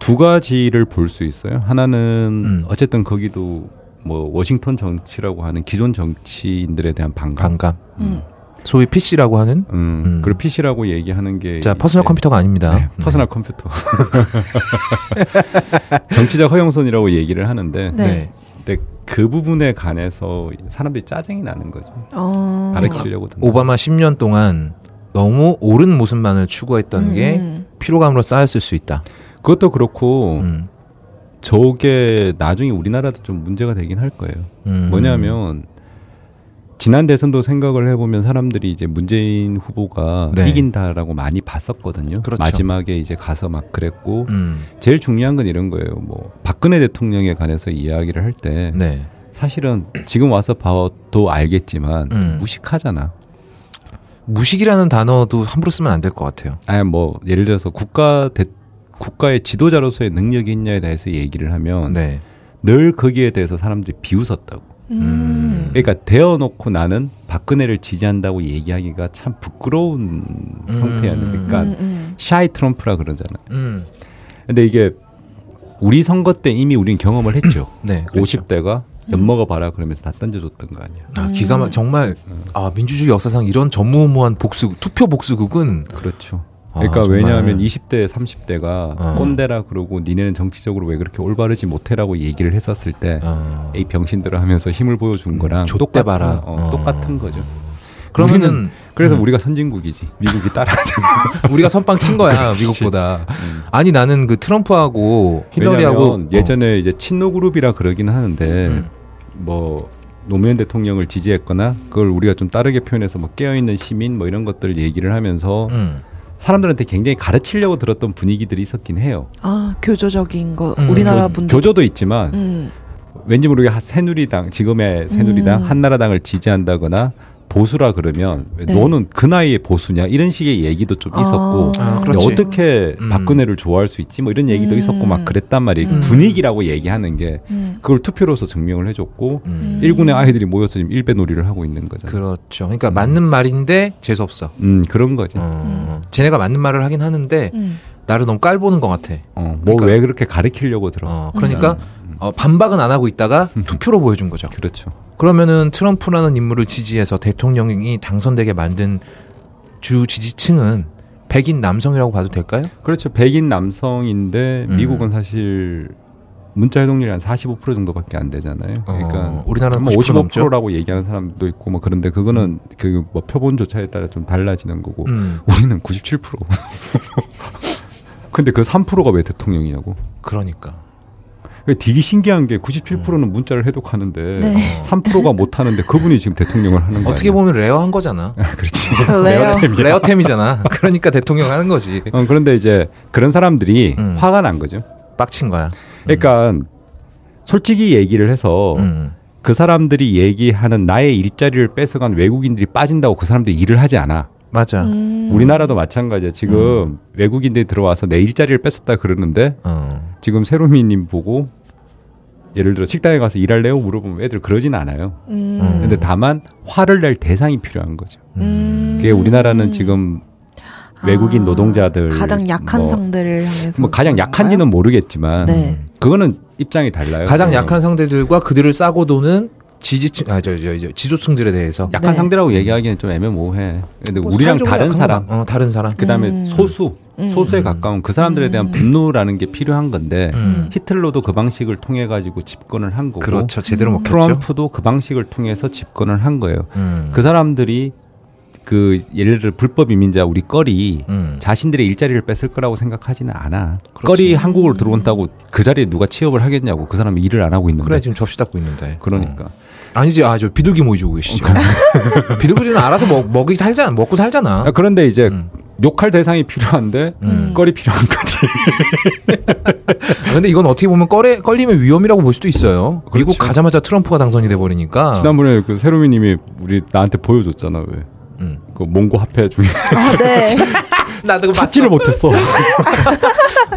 두 가지를 볼 수 있어요. 하나는
음.
어쨌든 거기도 뭐 워싱턴 정치라고 하는 기존 정치인들에 대한 반감.
반감. 소위 PC라고 하는
음,
음.
그리고 PC라고 얘기하는 게
자 퍼스널
이제-
컴퓨터가 아닙니다.
네, 퍼스널 컴퓨터. [LAUGHS] 정치적 허용선이라고 얘기를 하는데
네.
네.
근데 그 부분에 관해서 사람들이 짜증이 나는 거죠.
어.
가르치려고 든다.
네. 오바마 10년 동안 너무 옳은 모습만을 추구했던
음,
게
음.
피로감으로 쌓였을 수 있다.
그것도 그렇고
음.
저게 나중에 우리나라도 좀 문제가 되긴 할 거예요.
음.
뭐냐면 지난 대선도 생각을 해보면 사람들이 이제 문재인 후보가
네.
이긴다라고 많이 봤었거든요.
그렇죠.
마지막에 이제 가서 막 그랬고
음.
제일 중요한 건 이런 거예요. 뭐 박근혜 대통령에 관해서 이야기를 할 때
네.
사실은 지금 와서 봐도 알겠지만
음.
무식하잖아.
무식이라는 단어도 함부로 쓰면 안 될 것 같아요.
아니 뭐 예를 들어서 국가 대, 국가의 지도자로서의 능력이 있냐에 대해서 얘기를 하면
네.
늘 거기에 대해서 사람들이 비웃었다고.
음.
그러니까 대어놓고 나는 박근혜를 지지한다고 얘기하기가 참 부끄러운 형태였는데, 그러니까
음, 음.
샤이 트럼프라 그러잖아요.
음.
근데 이게 우리 선거 때 이미 우린 경험을 했죠.
[CLEARS THROAT] 네. 그렇죠.
50대가 엿 먹어봐라 그러면서 다 던져줬던 거 아니야.
아, 기가 막 정말 아, 민주주의 역사상 이런 전무후무한 복수 투표 복수극은
그렇죠.
아,
그러니까
정말.
왜냐하면 20대, 30대가
어.
꼰대라 그러고 니네는 정치적으로 왜 그렇게 올바르지 못해라고 얘기를 했었을 때
어. 음,
이 병신들아 하면서 힘을 보여준 거랑
좆대 봐라.
똑같은, 어,
어.
똑같은 거죠.
그러면은 음.
우리는- 그래서 우리가 선진국이지. 미국이 따라하지.
[LAUGHS] 우리가 선빵 친 거야
[LAUGHS] 그렇지. 음.
미국보다. 아니 나는 그 트럼프하고 힐러리하고 어.
왜냐하면 예전에 이제 친노 그룹이라 그러긴 하는데
음.
뭐 노무현 대통령을 지지했거나 그걸 우리가 좀 다르게 표현해서 뭐 깨어 있는 시민 뭐 이런 것들 얘기를 하면서
어, 음.
사람들한테 굉장히 가르치려고 들었던 분위기들이 있었긴 해요.
아 교조적인 거
음,
우리나라 분들.
교조도 있지만
음.
왠지 모르게 하- 새누리당 지금의 새누리당 한나라당을 지지한다거나 보수라 그러면 왜
네.
너는 그 나이에 보수냐 이런 식의 얘기도 좀 있었고
아,
근데
그렇지.
어떻게
음.
박근혜를 좋아할 수 있지 뭐 이런 얘기도
음.
있었고 막 그랬단 말이에요 그
음.
분위기라고 얘기하는 게
음.
그걸 투표로서 증명을 해줬고
음.
일군의 아이들이 모여서 지금 일배 놀이를 하고 있는 거잖아요
그렇죠. 그러니까 맞는 말인데 재수 없어.
음 그런 거지 어.
어, 쟤네가 맞는 말을 하긴 하는데
음.
나를 너무 깔보는 것 같아.
뭐
그러니까-
왜 그렇게 가르치려고 들어
어, 그러니까
음.
어, 반박은 안 하고
[LAUGHS]
있다가 투표로 보여준 거죠.
그렇죠
그러면은 트럼프라는 인물을 지지해서 대통령이 당선되게 만든 주 지지층은 백인 남성이라고 봐도 될까요?
그렇죠 백인 남성인데
음.
미국은 사실 문자 해독률이 한 45% 정도밖에 안 되잖아요. 그러니까
어, 우리나라는
뭐
90% 넘죠?
55%라고 얘기하는 사람도 있고 뭐 그런데 그거는 그 뭐 표본 조차에 따라 좀 달라지는 거고
음,
우리는 [LAUGHS] 97%. 근데 그 3%가 왜 대통령이냐고.
그러니까.
그러니까 되게 신기한 게
음.
97%는 문자를 해독하는데
네.
3%가 못 하는데 그분이 지금 대통령을 하는 거
어떻게
아니에요?
보면 레어한 [LAUGHS] 거잖아.
그렇지.
레어.
[LAUGHS] 레어템이잖아. 그러니까 대통령 하는 거지.
어, 그런데 이제 그런 사람들이
음.
화가 난 거죠.
빡친 거야.
그러니까 솔직히 얘기를 해서
음.
그 사람들이 얘기하는 나의 일자리를 뺏어간 외국인들이 빠진다고 그 사람들이 일을 하지 않아.
맞아.
음.
우리나라도 마찬가지야. 지금 외국인들이 들어와서 내 일자리를 뺏었다 그러는데
어.
지금 새로미님 보고 예를 들어 식당에 가서 일할래요 물어보면 애들 그러진 않아요.
음.
근데 다만 화를 낼 대상이 필요한 거죠. 음. 그게 우리나라는 지금 외국인
음. 아,
노동자들
가장 약한
뭐,
상대를 향해서
뭐 가장
그런가요?
약한지는 모르겠지만
네.
그거는 입장이 달라요. 네.
가장
그거는.
약한 상대들과 그들을 싸고 도는 지지층 아저 저 저 지조층들에 대해서
약한
네.
상대라고 얘기하기는 좀 애매모호해. 근데
뭐
우리랑
사회적으로
다른
약한
사람
건- 어, 다른 사람.
그다음에 소수 소수에 가까운 그 사람들에 대한 분노라는 게 필요한 건데 히틀러도 그 방식을 통해 가지고 집권을 한 거고
음. 그렇죠. 제대로 먹혔죠.
트럼프도 그 방식을 통해서 집권을 한 거예요.
음.
그 사람들이 그 예를 들어 불법 이민자 우리 꺼리
음.
자신들의 일자리를 뺏을 거라고 생각하지는 않아.
그렇지.
꺼리 한국으로 들어온다고 그 자리에 누가 취업을 하겠냐고 그 사람이 일을 안 하고 있는데.
그래 지금 접시 닦고 있는데. 어.
그러니까.
아니지 아 저 비둘기 모이 주고 계시죠. [LAUGHS] 비둘기는 알아서 먹 먹이 살잖아 먹고 살잖아.
아, 그런데 이제
음.
욕할 대상이 필요한데 꺼리 필요한 거지.
아, 근데 이건 어떻게 보면 꺼레, 걸리면 위험이라고 볼 수도 있어요. 그리고
그렇죠.
가자마자 트럼프가 당선이 돼 버리니까.
지난번에 그 세로미님이 우리 나한테 보여줬잖아 왜.
음.
그 몽고
[LAUGHS]
화폐 중에 [LAUGHS]
아, 네.
나도 그거
찾지를 못했어.
봤-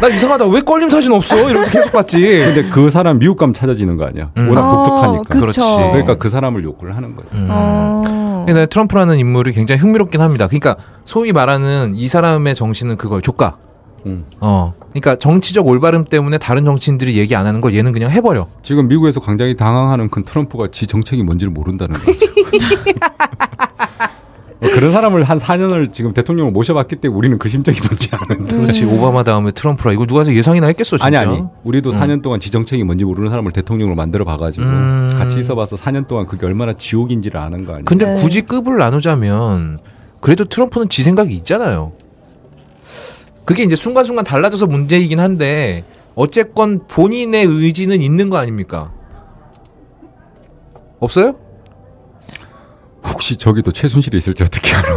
나 이상하다. 왜 걸림 사진 없어? 이러면서 계속
[LAUGHS]
봤지.
근데 그 사람 미국 감 찾아지는 거 아니야.
음.
워낙
아,
독특하니까.
그쵸.
그렇지. 음.
그러니까 음. 그 사람을 욕을 하는 거죠.
어.
근데 트럼프라는 인물이 굉장히 흥미롭긴 합니다. 그러니까 소위 말하는 이 사람의 정신은 그거예요. 족가.
음.
어. 그러니까 정치적 올바름 때문에 다른 정치인들이 얘기 안 하는 걸 얘는 그냥 해버려.
지금 미국에서 굉장히 당황하는 큰 트럼프가 지 정책이 뭔지를 모른다는 거죠. [LAUGHS] 뭐 그런 사람을 한 4년을 지금 대통령을 모셔봤기 때문에 우리는 그 심정이 뭔지 아는데.
그렇지. 오바마 다음에 트럼프라. 이거 누가 해서 예상이나 했겠어, 진짜.
아니 아니 우리도 4년 동안 지 정책이 뭔지 모르는 사람을 대통령으로 만들어 봐가지고
음.
같이 있어봐서 4년 동안 그게 얼마나 지옥인지를 아는 거 아니에요?
근데
네.
굳이 급을 나누자면 그래도 트럼프는 지 생각이 있잖아요. 그게 이제 순간순간 달라져서 문제이긴 한데 어쨌건 본인의 의지는 있는 거 아닙니까? 없어요?
혹시 저기도 최순실이 있을지 어떻게 알아?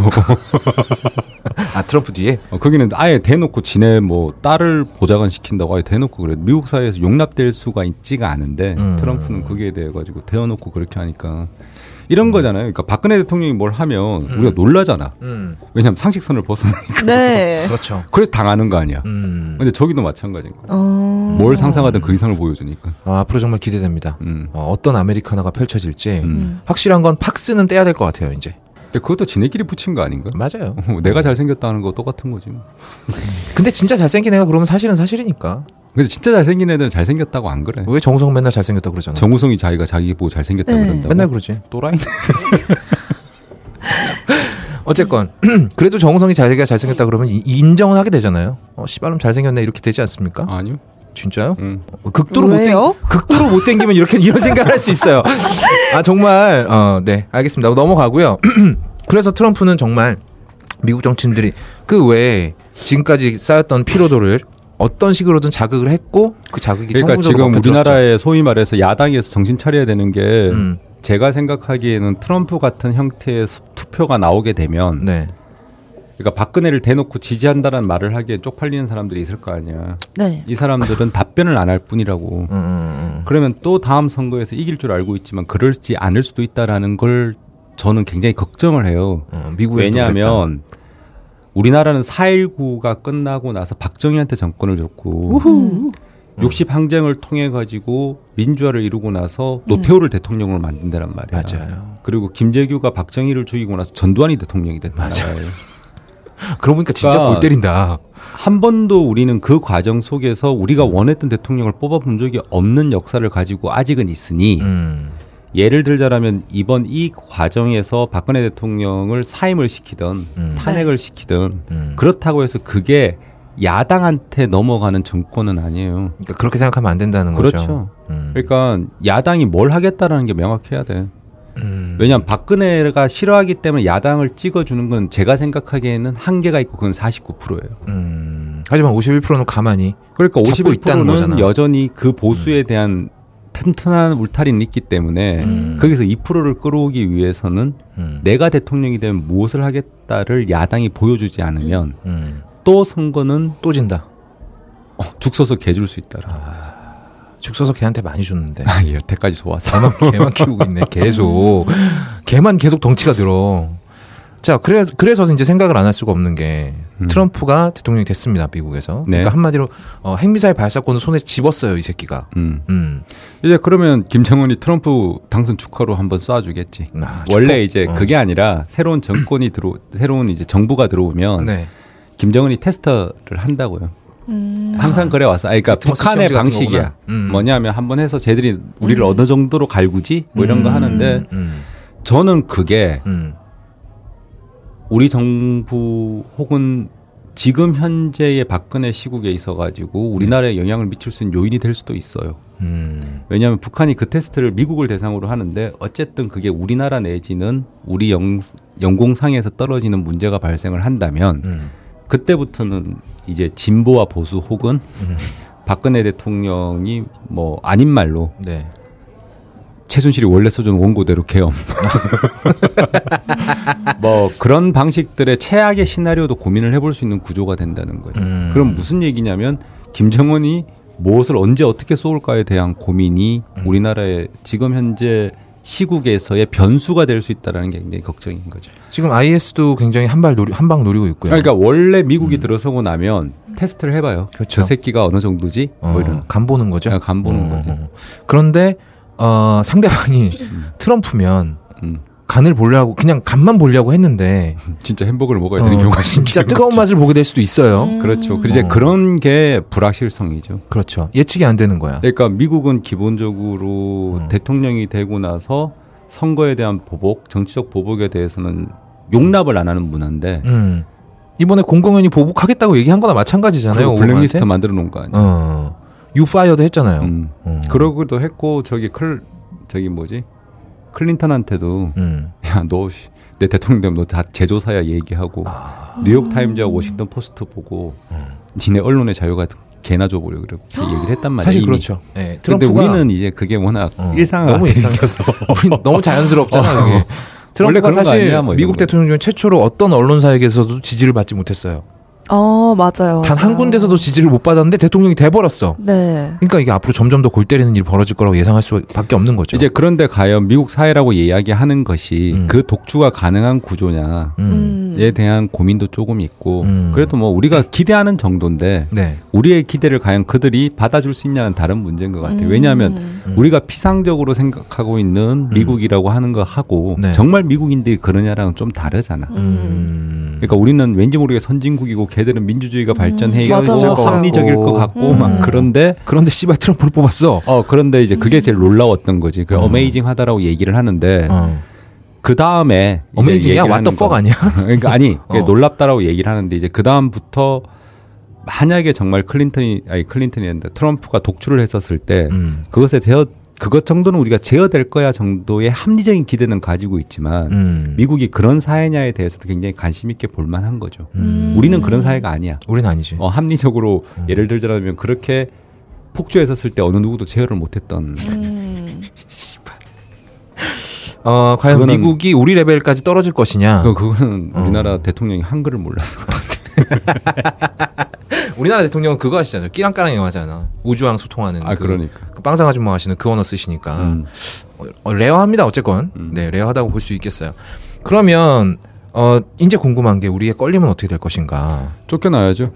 아 트럼프 뒤에
[LAUGHS] 어, 거기는 아예 대놓고 지네 뭐 딸을 보좌관 시킨다고 아예 대놓고 그래 미국 사회에서 용납될 수가 있지가 않은데
음.
트럼프는 거기에 대해 가지고 대놓고 그렇게 하니까 이런 거잖아요. 그러니까 박근혜 대통령이 뭘 하면 우리가 놀라잖아.
음
왜냐하면 상식선을 [LAUGHS] 벗어나니까.
네.
그렇죠.
그래서 당하는 거 아니야.
음
근데 저기도 마찬가지인 거야.
어.
뭘 상상하든 그 이상을 보여주니까.
아, 앞으로 정말 기대됩니다.
음.
어, 어떤 아메리카노가 펼쳐질지
음.
확실한 건 팍스는 떼야 될 것 같아요 이제
근데 그것도 지네끼리 붙인 거 아닌가? 어,
맞아요.
내가 잘생겼다는 거 똑같은 거지. 뭐.
근데 진짜 잘생긴 애가 그러면 사실은 사실이니까
근데 진짜 잘생긴 애들은 잘생겼다고 안 그래.
왜 정우성 맨날 잘생겼다 그러잖아.
정우성이 자기가 자기 보고 잘생겼다 고
네.
그런다고.
맨날 그러지.
또라이.
어쨌건 [CLEARS THROAT] 그래도 정우성이 잘생겨 잘생겼다 그러면 이- 인정은 하게 되잖아요. 어 씨발놈 잘생겼네 이렇게 되지 않습니까?
[LAUGHS] 아니요.
진짜요?
음.
어, 극도로 못생
왜요?
극도로 못생기면 이렇게 [LAUGHS] 이런 생각을 할 수 있어요. 아 정말 어 네 알겠습니다. 넘어가고요. [CLEARS THROAT] 그래서 트럼프는 정말 미국 정치인들이 그 외에 지금까지 쌓였던 피로도를 어떤 식으로든 자극을 했고 그 자극이
그러니까
천국으로
지금
먹혀들었죠.
우리나라의 소위 말해서 야당에서 정신 차려야 되는 게
음.
제가 생각하기에는 트럼프 같은 형태의 수- 투표가 나오게 되면
네
그러니까 박근혜를 대놓고 지지한다는 말을 하기에 쪽팔리는 사람들이 있을 거 아니야.
네.
[LAUGHS]
이 사람들은 답변을 안 할
음,
뿐이라고. 그러면 또 다음 선거에서 이길 줄 알고 있지만 그럴지 않을 수도 있다라는 걸 저는 굉장히 걱정을 해요.
어, 미국에서
왜냐하면 우리나라는 4.19가 끝나고 나서 박정희한테 정권을 줬고 60 항쟁을 통해 가지고 민주화를 이루고 나서 노태우를 대통령으로 만든다란 말이야.
음. 맞아요.
그리고 김재규가 박정희를 죽이고 나서 전두환이 대통령이 됐다. 맞아요.
그러고 보니까 진짜
그러니까
골 때린다.
한 번도 우리는 그 과정 속에서 우리가 원했던 대통령을 뽑아본 적이 없는 역사를 가지고 아직은 있으니
음.
예를 들자라면 이번 이 과정에서 박근혜 대통령을 사임을 시키든 탄핵을 시키든
음.
그렇다고 해서 그게 야당한테 넘어가는 정권은 아니에요.
그러니까 그렇게 생각하면 안 된다는 거죠.
그렇죠.
음.
그러니까 야당이 뭘 하겠다라는 게 명확해야 돼.
음.
왜냐하면 박근혜가 싫어하기 때문에 야당을 찍어주는 건 제가 생각하기에는 한계가 있고 그건 49%예요.
음. 하지만 51%는 가만히
그러니까
잡고 있다는
51%는
거잖아. 음.
여전히 그 보수에 대한 튼튼한 울타리는 있기 때문에 거기서 2%를 끌어오기 위해서는
음.
내가 대통령이 되면 무엇을 하겠다를 야당이 보여주지 않으면
음.
또 선거는 어,
또 진다.
죽서서 개줄 수 있다.
죽서서 걔한테 많이 줬는데
아,
[LAUGHS]
예, 여태까지 [LAUGHS] 좋았어.
걔만 걔만 키우고 있네. 계속 걔만 계속 덩치가 들어. 자 그래서 그래서 이제 생각을 안 할 수가 없는 게 트럼프가 대통령이 됐습니다 미국에서.
음. 네.
그러니까 한마디로 어, 핵미사일 발사권을 손에 집었어요 이 새끼가.
음.
음.
이제 그러면 김정은이 트럼프 당선 축하로 한번 쏴주겠지.
아,
원래
축하.
이제
어.
그게 아니라 새로운 정권이 들어 새로운 이제 정부가 들어오면
네.
김정은이 테스터를 한다고요. 항상 그래 왔어. 아니, 그러니까
비트머스
북한의
시험지 같은
방식이야.
거구나. 음.
뭐냐면 한번 해서 쟤들이 우리를 어느 정도로 갈구지 뭐 이런 거 하는데
음.
저는 그게
음.
우리 정부 혹은 지금 현재의 박근혜 시국에 있어가지고 우리나라에 영향을 미칠 수 있는 요인이 될 수도 있어요.
음.
왜냐하면 북한이 그 테스트를 미국을 대상으로 하는데 어쨌든 그게 우리나라 내지는 우리 영, 연공상에서 떨어지는 문제가 발생을 한다면
음.
그때부터는 이제 진보와 보수 혹은 박근혜 대통령이 뭐 아닌 말로
네.
최순실이 원래 써준 원고대로
[LAUGHS]
개엄 뭐 그런 방식들의 최악의 시나리오도 고민을 해볼 수 있는 구조가 된다는 거죠.
음.
그럼 무슨 얘기냐면 김정은이 무엇을 언제 어떻게 쏘을까에 대한 고민이
음.
우리나라의 지금 현재 시국에서의 변수가 될 수 있다라는 게 굉장히 걱정인 거죠.
지금 IS도 굉장히 한발 노리 한방 노리고 있고요.
그러니까 원래 미국이 들어서고 나면 테스트를 해봐요.
음. 그렇죠.
저 새끼가 어느 정도지? 뭐 이런.
간 보는 거죠. 음,
아, 간 보는 거죠.
그런데 어, 상대방이 트럼프면
음.
간을 보려고 그냥 간만 보려고 했는데
진짜 햄버거를 먹어야
어,
되는 뭐 경우가
진짜
생기는
뜨거운
거죠.
맛을 보게 될 수도 있어요.
그렇죠. 그리고 이제
어.
그런 게 불확실성이죠.
그렇죠. 예측이 안 되는 거야.
그러니까 미국은 기본적으로
음.
대통령이 되고 나서 선거에 대한 보복, 정치적 보복에 대해서는 용납을 안 하는 문화인데
음. 이번에 공공연히 보복하겠다고 얘기한 거나 마찬가지잖아요.
그거 블랙리스트
오바마한테.
만들어 놓은 거 아니에요.
어. 유파이어도 했잖아요.
음.
어.
그러기도 했고 저기 클 저기 뭐지 클린턴한테도
음.
야 너 내 대통령 되면 너 다 제조사야 얘기하고
아.
뉴욕 타임즈하고 워싱턴 포스트 보고
음.
니네 언론의 자유가 개나 줘버려 그렇게 얘기를 했단 말이야.
사실
이미.
그렇죠. 예.
근데
트럼프가
우리는 이제 그게 워낙
어,
일상화
너무 일상이어서 [LAUGHS] 우린 너무 자연스럽잖아. 요
어. 원래
트럼프가
그런 거
사실
아니야, 뭐 이런
미국
거.
대통령 중에 최초로 어떤 언론사에게서도 지지를 받지 못했어요.
어 맞아요.
단
맞아요.
한 군데서도 지지를 못 받았는데 대통령이 돼버렸어.
네.
그러니까 이게 앞으로 점점 더 골 때리는 일이 벌어질 거라고 예상할 수밖에 없는 거죠.
이제 그런데 과연 미국 사회라고 이야기하는 것이
음.
그 독주가 가능한 구조냐에
음.
대한 고민도 조금 있고
음.
그래도 뭐 우리가 기대하는 정도인데
네.
우리의 기대를 과연 그들이 받아줄 수 있냐는 다른 문제인 것
음.
같아요. 왜냐하면
음.
우리가 피상적으로 생각하고 있는 미국이라고 하는 거 하고
네.
정말 미국인들이 그러냐랑 좀 다르잖아.
음.
그러니까 우리는 왠지 모르게 선진국이고 걔들은 민주주의가 발전해
음. 맞아,
있고 뭐
맞아. 음.
합리적일
음.
것 같고 막 그런데
그런데 씨발 트럼프를 뽑았어.
어 그런데 이제 그게 제일 놀라웠던 거지. 그 어메이징하다라고 얘기를 하는데
음. 어.
그 다음에
어메이징이야? What the fuck 아니야?
[LAUGHS]
[LAUGHS]
그러니까 아니
어.
놀랍다라고 얘기를 하는데 이제 그 다음부터 만약에 정말 클린턴이 아니 클린턴이 아니라 트럼프가 독주를 했었을 때
음.
그것에 대여 그것 정도는 우리가 제어될 거야 정도의 합리적인 기대는 가지고 있지만
음.
미국이 그런 사회냐에 대해서도 굉장히 관심 있게 볼 만한 거죠.
음.
우리는 그런 사회가 아니야.
우린 아니지.
어, 합리적으로 예를 들자면 그렇게 폭주했었을 때 어느 누구도 제어를 못했던
어, 과연
그거는-
미국이 우리 레벨까지 떨어질 것이냐?
그 그거는
어.
우리나라 대통령이 한글을 몰라서
우리나라 대통령은 그거 하시잖아요. 끼랑까랑 영화잖아 우주왕 소통하는.
아,
그,
그러니까.
그 빵상 아줌마 하시는 그 언어 쓰시니까.
음.
어, 어, 레어합니다. 어쨌건. 네, 레어하다고 볼 수 있겠어요. 그러면, 어, 이제 궁금한 게 우리의 껄림은 어떻게 될 것인가.
쫓겨나야죠.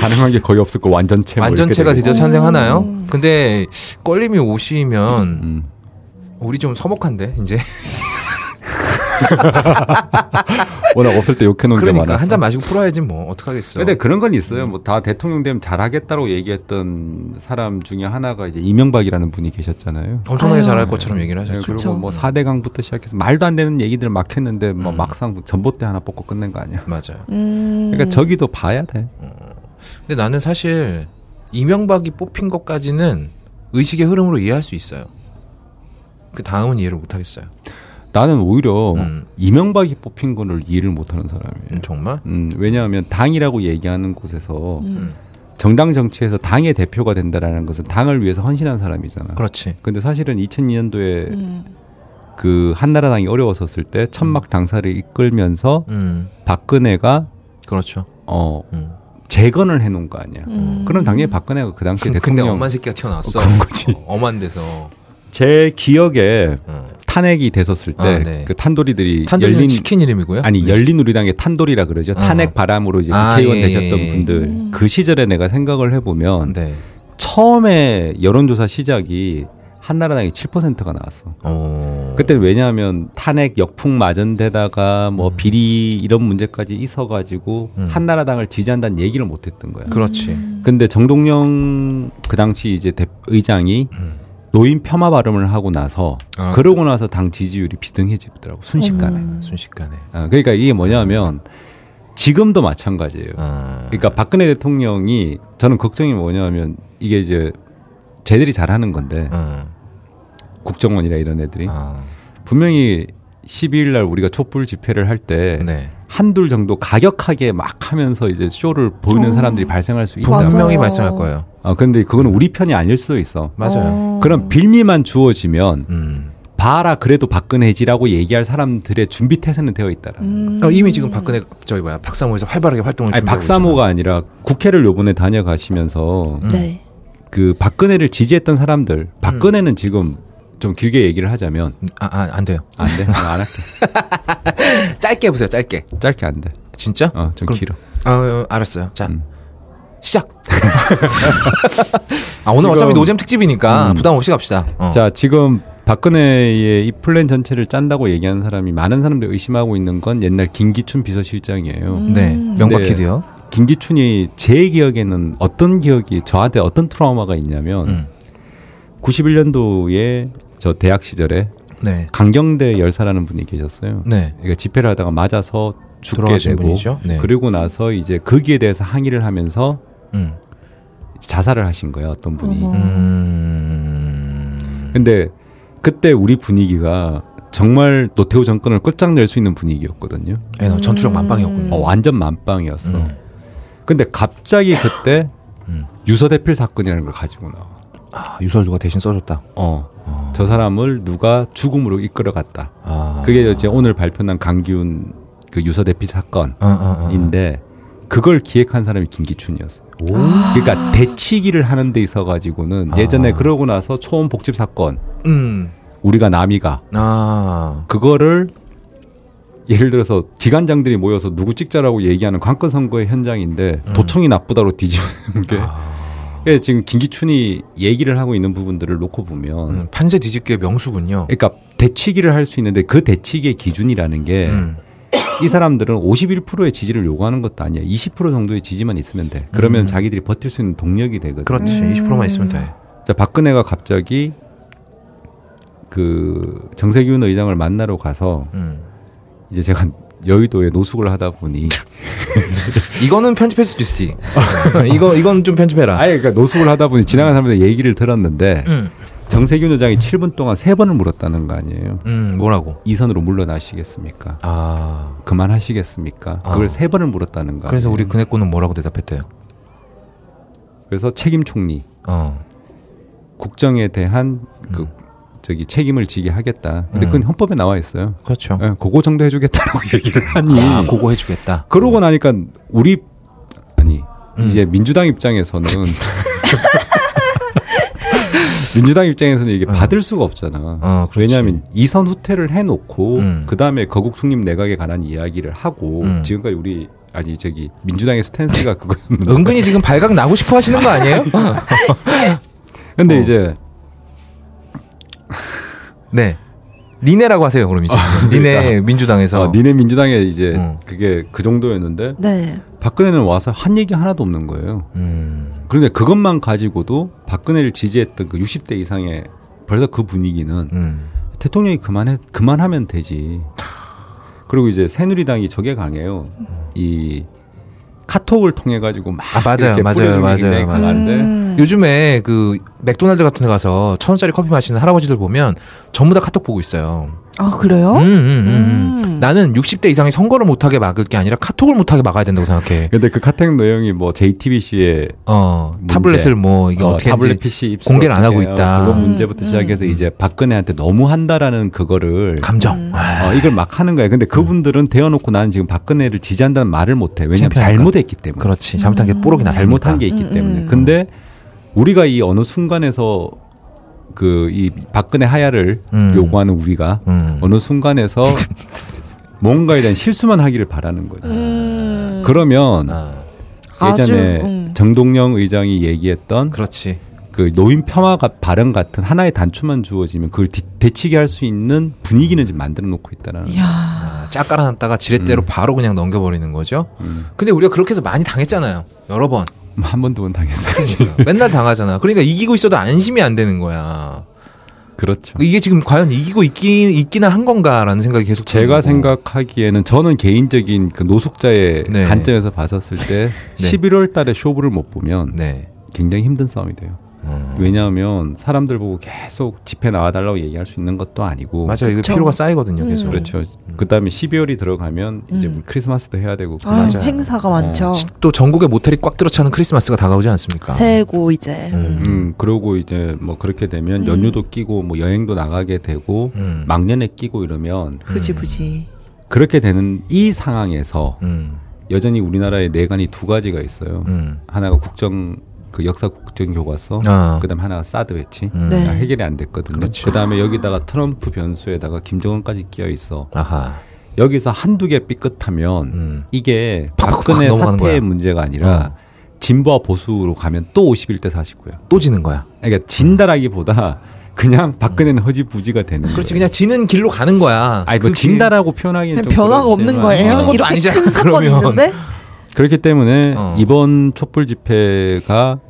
가능한 게 거의 없을 거 완전체 뭐
완전체가
이렇게 되고.
드디어 탄생하나요?
음.
근데 껄림이 오시면
음.
우리 좀 서먹한데, 이제.
워낙 없을 때 욕해놓은 게
그러니까
많아.
한 잔 음. 마시고 풀어야지 뭐. 어떡하겠어.
근데 그런 건 있어요. 뭐 다 대통령 되면 잘하겠다고 얘기했던 사람 중에 하나가 이제 이명박이라는 분이 계셨잖아요.
엄청나게
아유.
잘할 것처럼 얘기를
네,
하셨죠.
그리고 뭐 4대강부터 시작해서 말도 안 되는 얘기들 막 했는데 뭐
음.
막상 전봇대 하나 뽑고 끝낸 거 아니야.
맞아요.
그러니까
음.
저기도 봐야 돼.
근데 나는 사실 이명박이 뽑힌 것까지는 의식의 흐름으로 이해할 수 있어요. 그 다음은 이해를 못 하겠어요.
나는 오히려
음.
이명박이 뽑힌 거를 이해를 못하는 사람이에요.
음, 정말?
음, 왜냐하면 당이라고 얘기하는 곳에서
음.
정당 정치에서 당의 대표가 된다라는 것은 당을 위해서 헌신한 사람이잖아.
그렇지.
근데 사실은 2002년도에
음.
그 한나라당이 어려웠었을 때 천막 당사를 이끌면서
음,
박근혜가
그렇죠.
어
음.
재건을 해놓은 거 아니야.
음.
그럼 당연히 박근혜가 그 당시
근데
대통령
엄한 새끼가 튀어나왔어.
어, 그런 거지.
어, 엄한 데서.
제 기억에
음.
탄핵이 됐었을 때 그
아, 네.
탄도리들이
탄도리는
열린
치킨 이름이고요.
아니 열린 우리당의 탄도리라 그러죠.
어.
탄핵 바람으로 이제
네? 아,
국회의원
예,
되셨던
예, 예.
분들
음.
그 시절에 내가 생각을 해보면
네.
처음에 여론조사 시작이 한나라당이 7%가 나왔어.
어.
그때 왜냐하면 탄핵 역풍 맞은 데다가 뭐 비리 이런 문제까지 있어가지고
음.
한나라당을 지지한다는 얘기를 못했던 거야.
그렇지.
근데 정동영 그 당시 이제 대- 의장이
음.
노인 폄하 발언을 하고 나서
아.
그러고 나서 당 지지율이 비등해지더라고 순식간에.
아, 순식간에.
아, 그러니까 이게 뭐냐면 지금도 마찬가지예요.
아.
그러니까 박근혜 대통령이 저는 걱정이 뭐냐면 이게 이제 쟤들이 잘하는 건데
음.
국정원이라 이런 애들이
아.
분명히 12일 날 우리가 촛불 집회를 할 때
네.
한둘 정도 가격하게 막 하면서 이제 쇼를 보이는
어.
사람들이 발생할 수 있다.
맞아.
분명히 말씀할 거예요.
아 근데 그거는 우리 편이 아닐 수도 있어.
맞아요.
어.
그런 빌미만 주어지면
음.
봐라 그래도 박근혜지라고 얘기할 사람들의 준비 태세는 되어 있다라.
음.
어, 이미 지금 박근혜 저기 뭐야 박사모에서 활발하게 활동을
아니
준비하고
박사모가 아니라 국회를 요번에 다녀가시면서
음.
네.
그 박근혜를 지지했던 사람들 박근혜는 지금 좀 길게 얘기를 하자면
있잖아요. 아, 아, 안 돼요.
안
[LAUGHS]
돼. 나안 할게.
짧게 해 보세요. 짧게.
짧게 안 돼.
진짜?
어, 좀
그럼-
길어.
아, 어, 알았어요. 자.
음. [LAUGHS]
시작. 아, 오늘 어차피
지금- 음.
노잼 특집이니까 부담 없이 갑시다. 어.
자, 지금 박근혜의 이 플랜 전체를 짠다고 얘기하는 사람이 많은 사람들이 의심하고 있는 건 옛날 김기춘 비서실장이에요.
음.
네.
네.
명박히드요.
김기춘이 제 기억에는 어떤 기억이 저한테 어떤 트라우마가 있냐면
음.
91년도에 저 대학 시절에
네.
강경대 열사라는 분이 계셨어요.
네.
그러니까 집회를 하다가 맞아서 죽게
돌아가신
되고
분이죠. 네.
그리고 나서 이제 거기에 대해서 항의를 하면서
음.
자살을 하신 거예요. 어떤 분이.
어머.
음.
근데 그때 우리 분위기가 정말 노태우 정권을 끝장낼 수 있는 분위기였거든요.
예, 너
음.
전투력 만빵이었군요.
어, 완전 만빵이었어.
음.
근데 갑자기 그때
음.
유서대필 사건이라는 걸 가지고 나와.
아, 유설 누가 대신 써줬다.
어. 저 사람을 누가 죽음으로 이끌어갔다.
아.
그게 이제 오늘 발표난 강기훈 그 유서대필 사건인데
아, 아, 아.
그걸 기획한 사람이 김기춘이었어. 요 그러니까 대치기를 하는 데 있어 가지고는
아.
예전에 그러고 나서 초원 복집 사건
음.
우리가 남이가
아.
그거를 예를 들어서 기관장들이 모여서 누구 찍자라고 얘기하는 관건 선거의 현장인데
음.
도청이 나쁘다로 뒤집는 게
아.
예, 지금 김기춘이 얘기를 하고 있는 부분들을 놓고 보면
음, 판세 뒤집기의 명수군요.
그러니까 대치기를 할 수 있는데 그 대치기의 기준이라는 게 이
음.
사람들은 51%의 지지를 요구하는 것도 아니야. 20% 정도의 지지만 있으면 돼. 그러면 자기들이 버틸 수 있는 동력이 되거든.
음. 그렇지. 20%만 있으면 돼.
자, 박근혜가 갑자기 그 정세균 의장을 만나러 가서
음.
이제 제가 여의도에 노숙을 하다 보니
이거는 편집할 수도 있지. 음, 이거 이건 좀 편집해라.
아예 그러니까 노숙을 하다 보니 지나간 사람들 얘기를 들었는데
음.
정세균 의장이 7분 동안 세 번을 물었다는 거 아니에요.
음, 뭐라고?
이선으로 물러나시겠습니까?
아.
그만하시겠습니까?
아.
그걸 세 번을 물었다는 거.
그래서
아니에요.
우리 그네꼬는 뭐라고 대답했대요?
그래서 책임 총리
어.
국정에 대한
음.
그 저기 책임을 지게 하겠다. 근데 그건 헌법에 나와 있어요.
그렇죠.
예, 그거 정도 해주겠다라고 [LAUGHS] 얘기를 하니
아, 그거 해주겠다.
음. 그러고 나니까 우리 아니
음.
이제 민주당 입장에서는 [LAUGHS] 민주당 입장에서는 이게 받을 수가 없잖아.
어, 그렇지.
왜냐하면 이선 후퇴를 해놓고
음.
그 다음에 거국 중립 내각에 관한 이야기를 하고
음.
지금까지 우리 아니 저기 민주당의
[LAUGHS]
스탠스가 그거였는데.
은근히 지금 발각 나고 싶어 하시는 거 아니에요? 어.
근데 이제
[LAUGHS] 네. 니네라고 하세요, 그럼 이제. 니네 민주당에서.
어, 니네 민주당에 이제
음.
그게 그 정도였는데
네.
박근혜는 와서 한 얘기 하나도 없는 거예요.
음.
그런데 그것만 가지고도 박근혜를 지지했던 그 60대 이상의 벌써 그 분위기는
음.
대통령이 그만해 그만하면 되지. 그리고 이제 새누리당이 저게 강해요. 이 카톡을 통해 가지고 막
아, 맞아요,
이렇게
음. 맞아요,
뿌려주는 게
맞아요,
굉장히
맞아요.
강한데
요즘에 그 맥도날드 같은 데 가서 천 원짜리 커피 마시는 할아버지들 보면 전부 다 카톡 보고 있어요.
아 그래요?
음, 음, 음, 음.
음.
나는 60대 이상이 선거를 못하게 막을 게 아니라 카톡을 못하게 막아야 된다고 생각해.
근데 그 카텍 내용이 뭐 JTBC의
어,
문제.
타블렛을 뭐 이게
어,
어, 떻게
타블렛 PC 입술
공개를 안 하고
어떻게 해요?
있다.
그런 문제부터 시작해서 이제 박근혜한테 너무 한다라는 그거를
감정. 아, 음.
어, 이걸 막 하는 거예요. 근데 그분들은 대어놓고 나는 지금 박근혜를 지지한다는 말을 못해. 왜냐하면
창피하니까.
잘못했기 때문에.
그렇지. 잘못한 게 뽀록이 났으니까.
잘못한 게 있기
음,
때문에. 근데 우리가 이 어느 순간에서 그 이 박근혜 하야를
음.
요구하는 우리가
음.
어느 순간에서
[LAUGHS]
뭔가에 대한 실수만 하기를 바라는 거죠. 그러면
아,
예전에
음. 아주, 음.
정동영 의장이 얘기했던
그렇지.
그 노인 폄하 가- 발언 같은 하나의 단추만 주어지면 그걸 디- 대치게 할 수 있는 분위기는 지금 만들어 놓고 있다라는.
이야.
아, 짝 깔아놨다가
음.
지렛대로 바로 그냥 넘겨버리는 거죠. 근데 우리가 그렇게 해서 많이 당했잖아요. 여러 번.
한 번도 못
그러니까.
당했어요.
맨날 당하잖아. 그러니까 이기고 있어도 안심이 안 되는 거야.
[LAUGHS] 그렇죠.
이게 지금 과연 이기고 있긴 있기는 한 건가라는 생각이 계속 드는
제가
거고.
생각하기에는 저는 개인적인 그 노숙자의
네.
관점에서 봤었을 때 11월 달에 쇼부를 못 보면
네. 어.
굉장히 힘든 싸움이 돼요. 그 왜냐하면 사람들 보고 계속 집회 나와달라고 얘기할 수 있는 것도 아니고.
맞아요. 이거
그쵸.
피로가 쌓이거든요. 계속.
그렇죠. 그 다음에 12월이 들어가면 이제 우리 크리스마스도 해야 되고.
아,
맞아요. 어,
행사가 많죠.
또 전국의 모텔이 꽉 들어차는 크리스마스가 다가오지 않습니까?
새고 이제.
음.
음, 그러고 이제 뭐 그렇게 되면 연휴도 끼고 뭐 여행도 나가게 되고
음.
막년에 끼고 이러면
흐지부지.
그렇게 되는 이 상황에서
음.
여전히 우리나라의 내관이 두 가지가 있어요.
음.
하나가 국정 그 역사 국정 교과서,
아.
그다음 에 하나가 사드 배치
음. 그렇죠.
네.
다 해결이 안 됐거든요. 그다음에 여기다가 트럼프 변수에다가 김정은까지 끼어 있어.
아하.
여기서 한두 개 삐끗하면
음.
이게
팍팍팍
박근혜
넘어가는 거야.
사태의
어.
문제가 아니라 진보와 보수로 가면 또 51대 49야.
또 지는 거야.
그러니까 진다라기보다 그냥 박근혜는 허지부지가 되는
그렇지.
거예요.
그냥 지는 길로 가는 거야.
아니 뭐
그 길-
진다라고 표현하기는
그냥
좀
변화가
음. 그렇지만 어.
없는 거예요.
하는 것도
이렇게
아니잖아,
큰 사건이
그러면.
있는데
그렇기 때문에
어.
이번 촛불 집회가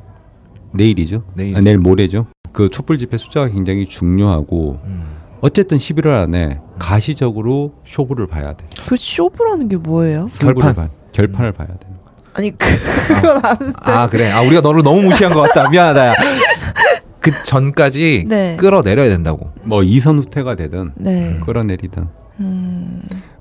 내일이죠.
내일이죠.
아, 내일 모레죠. 그 촛불 집회 숫자가 굉장히 중요하고
음.
어쨌든 11월 안에 가시적으로 쇼부를 봐야 돼.
그 쇼부라는 게 뭐예요?
승부를
결판. 음.
봐- 결판을 봐야 돼.
아니 그건 안
아 그래. 아 우리가 너를 너무 무시한 것 같다. 미안하다. 야. 그 전까지
[LAUGHS] 네.
끌어내려야 된다고.
뭐 이선 후퇴가 되든
음.
네.
끌어내리든.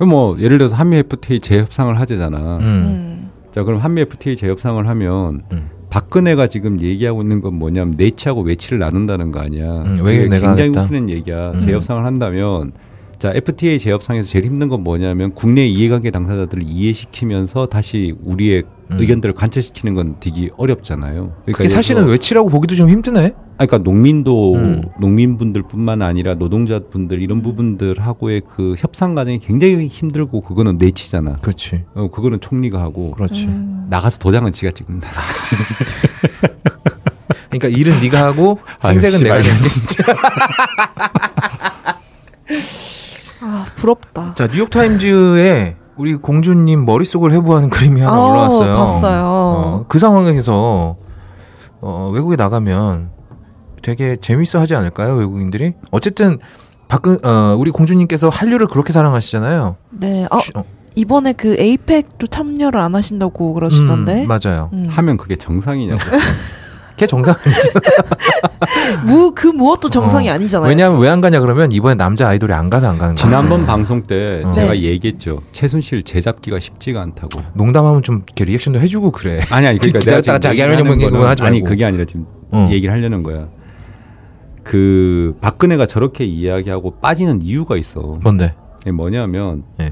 뭐 예를 들어서 한미 FTA 재협상을 하자잖아.
음.
음.
자 그럼 한미 FTA 재협상을 하면
음.
박근혜가 지금 얘기하고 있는 건 뭐냐면 내치하고 외치를 나눈다는 거 아니야.
음,
그게
외교를 내가
굉장히
하겠다. 음.
웃기는 얘기야. 재협상을 한다면 자 FTA 재협상에서 제일 힘든 건 뭐냐면 국내 이해관계 당사자들을 이해시키면서 다시 우리의 의견들을 관철시키는 건 되게 어렵잖아요. 그러니까
음. 그게 사실은
예를
외치라고 보기도 좀 힘드네.
들어- 아니, 그러니까 농민도
음.
농민분들뿐만 아니라 노동자분들 이런 부분들하고의 그 협상 과정이 굉장히 힘들고 그거는 내치잖아.
그렇지.
어, 그거는 총리가 하고
그렇지.
음.
나가서 도장은 지가 찍는다.
그러니까 일은 네가 [LAUGHS] 하고
아유,
생색은 내가
씨발.
내는 진짜.
아 부럽다.
자 뉴욕 타임즈에 우리 공주님 머릿속을 해부하는 그림이 하나
아우,
올라왔어요.
봤어요.
어, 그 상황에서 어, 외국에 나가면 되게 재밌어 하지 않을까요 외국인들이? 어쨌든 박근 어, 우리 공주님께서 한류를 그렇게 사랑하시잖아요.
네. 아
쉬- 어,
이번에 그 에이펙도 참여를 안 하신다고 그러시던데.
음, 맞아요.
음.
[LAUGHS] 하면 그게 정상이냐고.
걔 정상 아니죠?
무, 그 무엇도 정상이
어.
아니잖아요.
왜냐하면 왜 안 가냐 그러면 이번에 남자 아이돌이 안 가서 안 가는 거예요. 네.
지난번 방송 때
어.
제가
네.
얘기했죠. 최순실 제잡기가 쉽지가 않다고.
농담하면 좀 이렇게 리액션도 해주고 그래.
아니 아니 그러니까 내가
기다렸다가
지금
자기
얘기하는
하려는
거는
거는 하지
아니
말고.
그게 아니라 지금
어.
얘기를 하려는 거야. 그 박근혜가 저렇게 이야기하고 빠지는 이유가 있어.
뭔데?
이게 뭐냐면
예.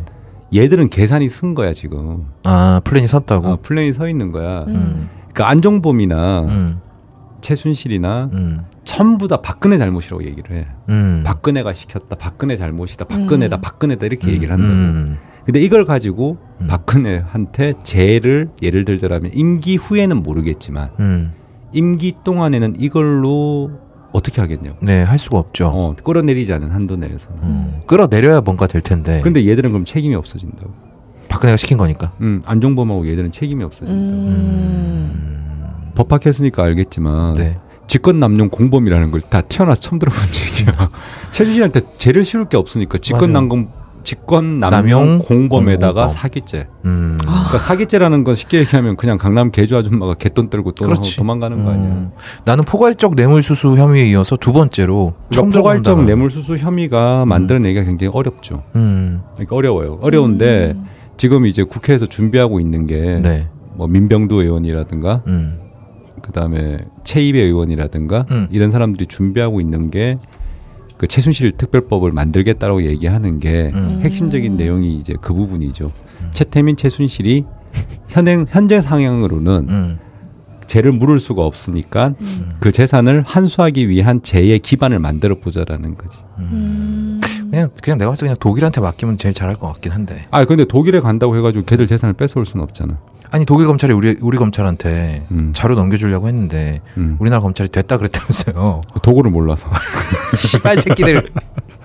얘들은 계산이 쓴 거야 지금.
아 플랜이 섰다고.
어, 플랜이 서 있는 거야.
음.
그러니까 안종범이나
음.
최순실이나
음.
전부 다 박근혜 잘못이라고 얘기를 해.
음.
박근혜가 시켰다. 박근혜 잘못이다. 박근혜다. 박근혜다 이렇게 얘기를 한다고.
음.
근데 이걸 가지고 박근혜한테 죄를 예를 들자면 임기 후에는 모르겠지만
음.
임기 동안에는 이걸로 어떻게 하겠냐고.
네, 할 수가 없죠.
어, 끌어내리지 않은 한도 내에서는.
음, 네. 끌어내려야 뭔가 될 텐데.
근데 얘들은 그럼 책임이 없어진다고.
박근혜가 시킨 거니까.
음, 안종범하고 얘들은 책임이 없어진다고.
음.
법학했으니까 알겠지만
네.
직권 남용
[LAUGHS]
공범이라는 걸 다 태어나서 처음 들어본 얘기야. 최순실한테 죄를 씌울 게 없으니까 직권
맞아요.
남용 직권
남용,
남용 공범에다가
공범.
사기죄.
음.
그러니까 사기죄라는 건 쉽게 얘기하면 그냥 강남 개주 아줌마가 갯돈 떨고 또
그렇지.
도망가는 거 아니야. 그러니까
음. 나는 포괄적 뇌물수수 혐의에 이어서 두 번째로 처음
그러니까 포괄적
들어본다는-
뇌물수수 혐의가 만드는 얘기가 굉장히 어렵죠.
음.
그러니까 어려워요. 어려운데 지금 이제 국회에서 준비하고 있는 게 뭐
네.
민병도 의원이라든가
음.
그다음에 최입의 의원이라든가
음.
이런 사람들이 준비하고 있는 게 그 최순실 특별법을 만들겠다라고 얘기하는 게
음.
핵심적인 내용이 이제 그 부분이죠. 최태민 최순실이 현행 현재 상향으로는
음.
죄를 물을 수가 없으니까 그 재산을 환수하기 위한 죄의 기반을 만들어 보자라는 거지.
그냥 그냥 내가 봤을 때 그냥 독일한테 맡기면 제일 잘할 것 같긴 한데.
아 근데 독일에 간다고 해가지고 걔들 재산을 뺏어올 수는 없잖아.
아니 독일 검찰이 우리 우리 검찰한테
음.
자료 넘겨주려고 했는데
음.
우리나라 검찰이 됐다 그랬다면서요.
도구를 몰라서.
씨발 새끼들. [LAUGHS]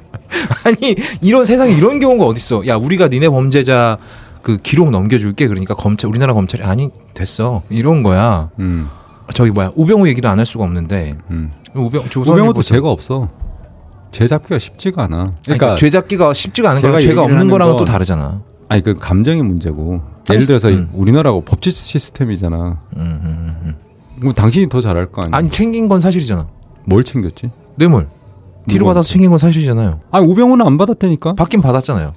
아니 이런 세상에 이런 경우가 어딨어. 야 우리가 니네 범죄자 그 기록 넘겨줄게 그러니까 검찰 우리나라 검찰이 아니 됐어 이런 거야.
음.
저기 뭐야 우병우 얘기를 안 할 수가 없는데
음.
우병
[LAUGHS] 우병우도
조선일보에서-
죄가 없어. 죄 잡기가 쉽지가 않아.
아니, 그러니까 죄잡기가 쉽지가 않은
제가
거랑 죄가
얘기를
없는
하는
거랑은 또
건-
다르잖아.
아니 그 감정의 문제고 예를 들어서
음.
우리나라가 법치 시스템이잖아.
음, 음, 음.
그럼 당신이 더 잘할 거 아니야?
아니 챙긴 건 사실이잖아.
뭘 챙겼지?
뇌물 뒤로
누구한테?
받아서 챙긴 건 사실이잖아요.
아니 우병우는 안 받았다니까.
받긴
[LAUGHS]
받았잖아요.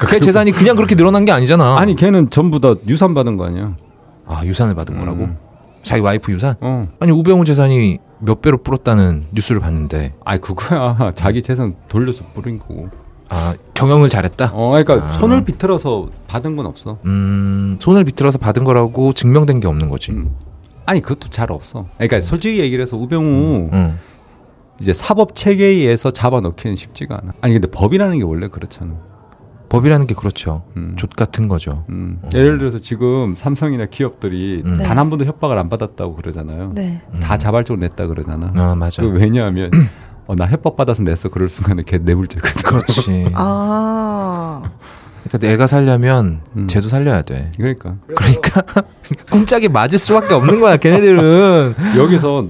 걔, 걔 재산이 그냥 그렇게 늘어난 게 아니잖아.
그러니까 아니 걔는 전부 다 유산 받은 거 아니야?
아 유산을 받은 거라고?
음.
자기 와이프 유산?
어.
아니 우병우 재산이 몇 배로 불었다는 뉴스를 봤는데
아니 그거야 [LAUGHS] 자기 재산 돌려서 뿌린 거고.
아 경영을 잘했다.
어, 그러니까
아.
손을 비틀어서 받은 건 없어.
음 손을 비틀어서 받은 거라고 증명된 게 없는 거지. 음.
아니 그것도 잘 없어. 그러니까 솔직히 얘기를 해서 우병우
음.
이제 사법 체계에서 잡아넣기는 쉽지가 않아. 아니 근데 법이라는 게 원래 그렇잖아.
법이라는 게 그렇죠.
음.
족 같은 거죠.
음. 예를 들어서 지금 삼성이나 기업들이
음.
단 한 번도 협박을 안 받았다고 그러잖아요.
네.
다 자발적으로 냈다 그러잖아.
아 음. 맞아.
그 왜냐하면 어, 나 협박 받아서 냈어. 그럴 순간에 걔
[LAUGHS]
내물죄거든. [LAUGHS]
그렇지.
아.
그러니까 내가 살려면
음.
쟤도 살려야 돼.
그러니까
[LAUGHS] 그러니까 쿵짝이 맞을 수밖에 없는 거야. 걔네들은.
여기서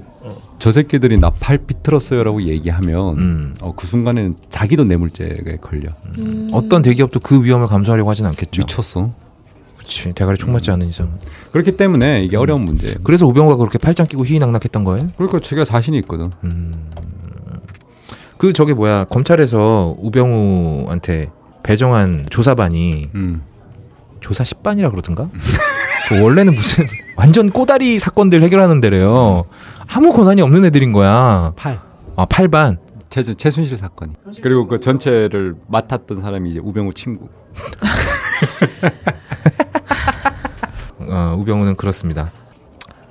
저 새끼들이 나 팔 비틀었어요라고 얘기하면
음.
어, 그 순간에는 자기도 내물죄에 걸려.
[LAUGHS] 어떤 대기업도 그 위험을 감수하려고 하진 않겠죠.
미쳤어.
그렇지. 대가리 총 맞지 않는 이상.
그렇기 때문에 이게
음.
어려운 문제예요.
그래서 우병우가 그렇게 팔짱 끼고 희희낙낙했던 거예요?
그러니까 제가 자신이 있거든.
음. 그 저게 뭐야 검찰에서 우병우한테 배정한 조사반이
음.
조사 10반이라
[LAUGHS]
그러던가? 그 원래는 무슨 완전 꼬다리 사건들 해결하는 데래요. 아무 권한이 없는 애들인 거야.
팔.
아 8반.
최, 최순실 사건이. 그리고 그 전체를 맡았던 사람이 이제 우병우 친구.
어, 우병우는 그렇습니다.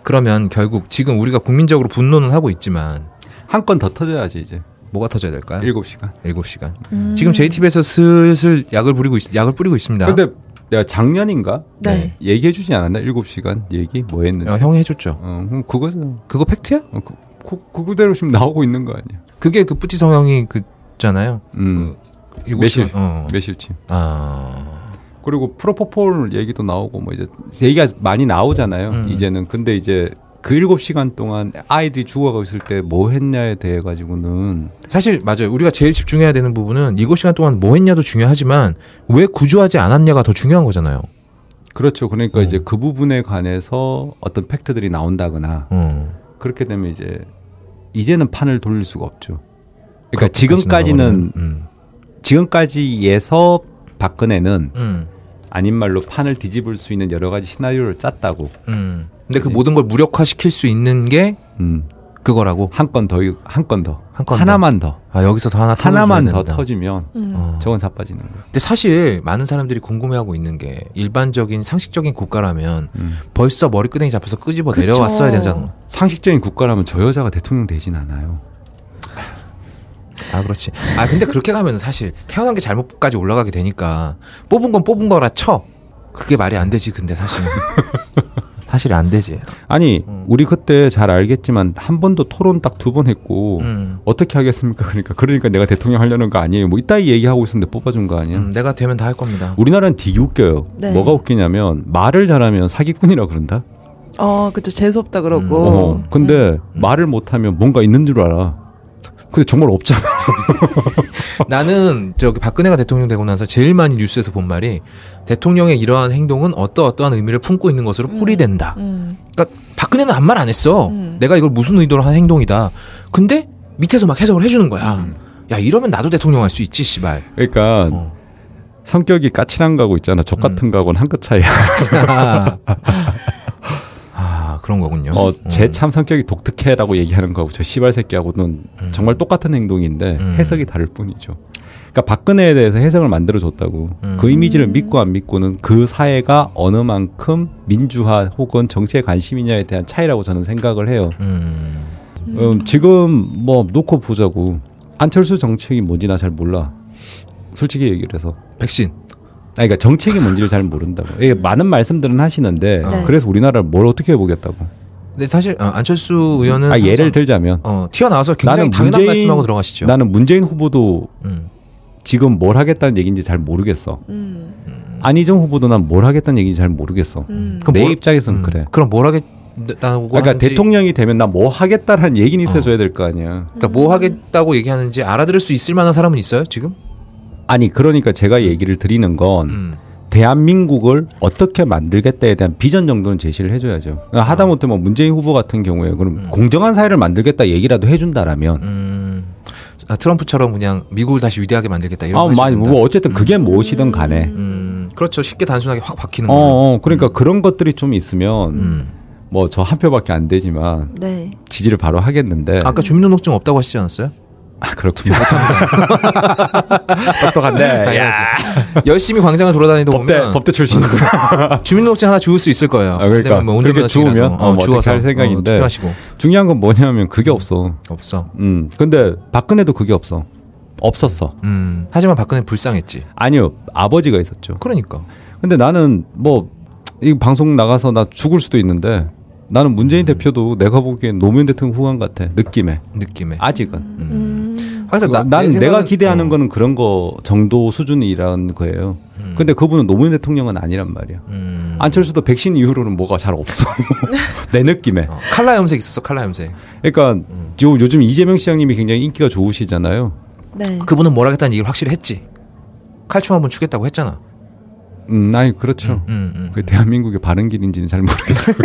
그러면 결국 지금 우리가 국민적으로 분노는 하고 있지만
한 건 더 터져야지 이제.
뭐가 터져야 될까요?
일곱 시간.
7시간. 지금 JTB에서 슬슬 약을 부리고 있, 약을 뿌리고 있습니다.
근데 내가 작년인가
네.
얘기해주지 않았나? 일곱 시간 얘기 뭐 했는지.
어, 형이 해줬죠.
어, 그럼 그거는
그거 팩트야?
어, 그, 그, 그거대로 지금 나오고 있는 거 아니야?
그게 그 뿌띠 성형이 그잖아요.
음,
일곱
매실,
시간, 어.
매실치.
아.
그리고 프로포폴 얘기도 나오고 뭐 이제 얘기가 많이 나오잖아요.
음.
이제는 근데 이제 그 일곱 시간 동안 아이들이 죽어가고 있을 때 뭐 했냐에 대해 가지고는
사실 맞아요. 우리가 제일 집중해야 되는 부분은 일곱 시간 동안 뭐 했냐도 중요하지만 왜 구조하지 않았냐가 더 중요한 거잖아요.
그렇죠. 그러니까
음.
이제 그 부분에 관해서 어떤 팩트들이 나온다거나
어.
그렇게 되면 이제 이제는 판을 돌릴 수가 없죠. 그러니까
그렇게
지금까지는
지나가면은, 음.
지금까지에서 박근혜는
음.
아닌 말로 판을 뒤집을 수 있는 여러 가지 시나리오를 짰다고.
음. 근데 그 모든 걸 무력화시킬 수 있는 게
음.
그거라고.
한 건 더, 한 건 더.
한건 더.
하나만 더.
아, 여기서 더 하나 터져줘야
하나만 더
된다.
터지면
어.
저건 자빠지는 거예요.
근데 사실 많은 사람들이 궁금해하고 있는 게 일반적인 상식적인 국가라면
음.
벌써 머리끄댕이 잡혀서 끄집어
그쵸.
내려왔어야 되잖아.
상식적인 국가라면 저 여자가 대통령 되진 않아요.
아 그렇지. 아 근데 그렇게 가면 사실 태어난 게 잘못까지 올라가게 되니까 뽑은 건 뽑은 거라 쳐. 그게 말이 안 되지. 근데
[LAUGHS]
사실 사실 안 되지.
아니,
음.
우리 그때 잘 알겠지만 한 번도 토론 딱 두 번 했고
음.
어떻게 하겠습니까? [LAUGHS] 그러니까 그러니까 내가 대통령 하려는 거 아니에요. 뭐 이따위 얘기하고 있었는데 뽑아준 거 아니야?
음, 내가 되면 다 할 겁니다.
우리나라는 되게 웃겨요.
네.
뭐가 웃기냐면 말을 잘하면 사기꾼이라 그런다.
어, 그쵸. 재수없다 그러고.
네.
어. 근데 말을 못하면 뭔가 있는 줄 알아. 근데 정말 없잖아. [LAUGHS]
나는 저기 박근혜가 대통령 되고 나서 제일 많이 뉴스에서 본 말이 대통령의 이러한 행동은 어떠 어떠한 의미를 품고 있는 것으로 뿌리된다.
음.
그러니까 박근혜는 아무 말 안 했어.
음.
내가 이걸 무슨 의도로 한 행동이다. 근데 밑에서 막 해석을 해주는 거야.
음.
야 이러면 나도 대통령 할 수 있지 씨발.
그러니까
어. 음.
성격이 까칠한 가고 있잖아. 저 같은 가고는 한 끗
[LAUGHS]
차이야.
아 그런 거군요.
어, 제 참 성격이 독특해라고 얘기하는 거하고 저 씨발 새끼하고는 정말 똑같은 행동인데
음.
해석이 다를 뿐이죠. 그러니까 박근혜에 대해서 해석을 만들어 줬다고
음.
그 이미지를 믿고 안 믿고는 그 사회가 어느 만큼 민주화 혹은 정치에 관심이냐에 대한 차이라고 저는 생각을 해요.
음.
음, 지금 뭐 놓고 보자고 안철수 정책이 뭔지 나 잘 몰라. 솔직히 얘기를 해서.
백신.
아니, 그러니까 정책이 뭔지를 잘 모른다고. 예, 많은 말씀들은 하시는데
네.
그래서 우리나라를 뭘 어떻게 해보겠다고.
근데 사실 어, 안철수 의원은
아, 예를
항상,
들자면
어, 튀어나와서 굉장히 당연한 말씀하고 들어가시죠.
나는 문재인 후보도
음.
지금 뭘 하겠다는 얘기인지 잘 모르겠어.
음.
안희정 후보도 난 뭘 하겠다는 얘기인지 잘 모르겠어.
음.
그럼
내
뭘-
입장에서는
음.
그래.
그럼 뭘 하겠다고
그러니까
하는지-
대통령이 되면 나 뭐 하겠다라는 얘기는 있어줘야 될 거 아니야.
그러니까 뭐 하겠다고 얘기하는지 알아들을 수 있을 만한 사람은 있어요 지금?
아니 그러니까 제가 얘기를 드리는 건
음.
대한민국을 어떻게 만들겠다에 대한 비전 정도는 제시를 해줘야죠. 하다못해 뭐 문재인 후보 같은 경우에 그럼 공정한 사회를 만들겠다 얘기라도 해준다라면
음. 아, 트럼프처럼 그냥 미국을 다시 위대하게 만들겠다 이런
아,
거 해줘야
많이
된다.
뭐 어쨌든 그게 무엇이든 간에.
음, 그렇죠. 쉽게 단순하게 확 박히는
어,
거.
어, 그러니까 그런 것들이 좀 있으면
음.
뭐 저 한 표밖에 안 되지만
네.
지지를 바로 하겠는데.
아까 주민등록증 없다고 하시지 않았어요?
아, 그렇군요.
[LAUGHS]
똑똑한데. 야,
열심히 광장을 돌아다니다
법대
보면
법대 출신.
주민등록증 하나 주울 수 있을 거예요.
아, 그러니까.
근데 뭐 운전
그렇게
면허증이라도.
주우면? 어, 뭐 어떻게
주워서
할 생각인데.
어, 투표하시고
중요한 건 뭐냐면 그게 없어.
없어.
음. 근데 박근혜도 그게 없어. 없었어.
음. 하지만 박근혜 불쌍했지.
아니요. 아버지가 있었죠.
그러니까.
근데 나는 뭐 이 방송 나가서 나 죽을 수도 있는데 나는 문재인
음.
대표도 내가 보기엔 노무현 대통령 후한 같아. 느낌에.
느낌에.
아직은.
항상
나,
나,
난
음. 내
내가
생각은-
기대하는
어.
거는 그런 거 정도 수준이라는 거예요. 근데 그분은 노무현 대통령은 아니란 말이야.
음.
안철수도 백신 이후로는 뭐가 잘
[LAUGHS]
없어. 내 느낌에.
어, 음. 칼라 염색 있었어. 칼라 염색.
그러니까 요, 요즘 이재명 시장님이 굉장히 인기가 좋으시잖아요.
네.
그분은 뭘 하겠다는 얘기를 확실히 했지. 칼춤 한번 추겠다고 했잖아.
음, 아니 그렇죠.
음, 음.
그게 대한민국의 바른 길인지는 잘 모르겠어요.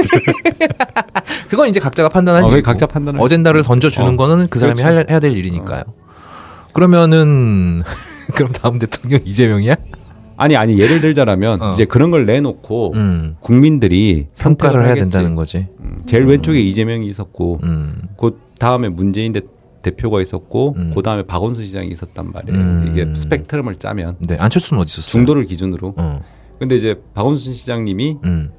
그건 이제 각자가 판단하는
어, 그게
일이고
각자 판단할
어젠다를 던져주는
어,
거는 그 사람이
그렇지.
할- 해야 될 일이니까요. 그러면은 [LAUGHS] 그럼 다음 대통령 이재명이야?
아니 아니 예를 들자라면
어.
이제 그런 걸 내놓고
음.
국민들이
평가를 해야
하겠지.
된다는 거지.
음, 제일 왼쪽에 이재명이 있었고
음.
그 다음에 문재인 대, 대표가 있었고
음.
그 다음에 박원순 시장이 있었단 말이에요.
음.
이게 스펙트럼을 짜면
네 안철수는 어디 있었어?
중도를 기준으로.
어.
근데 이제 박원순 시장님이
음.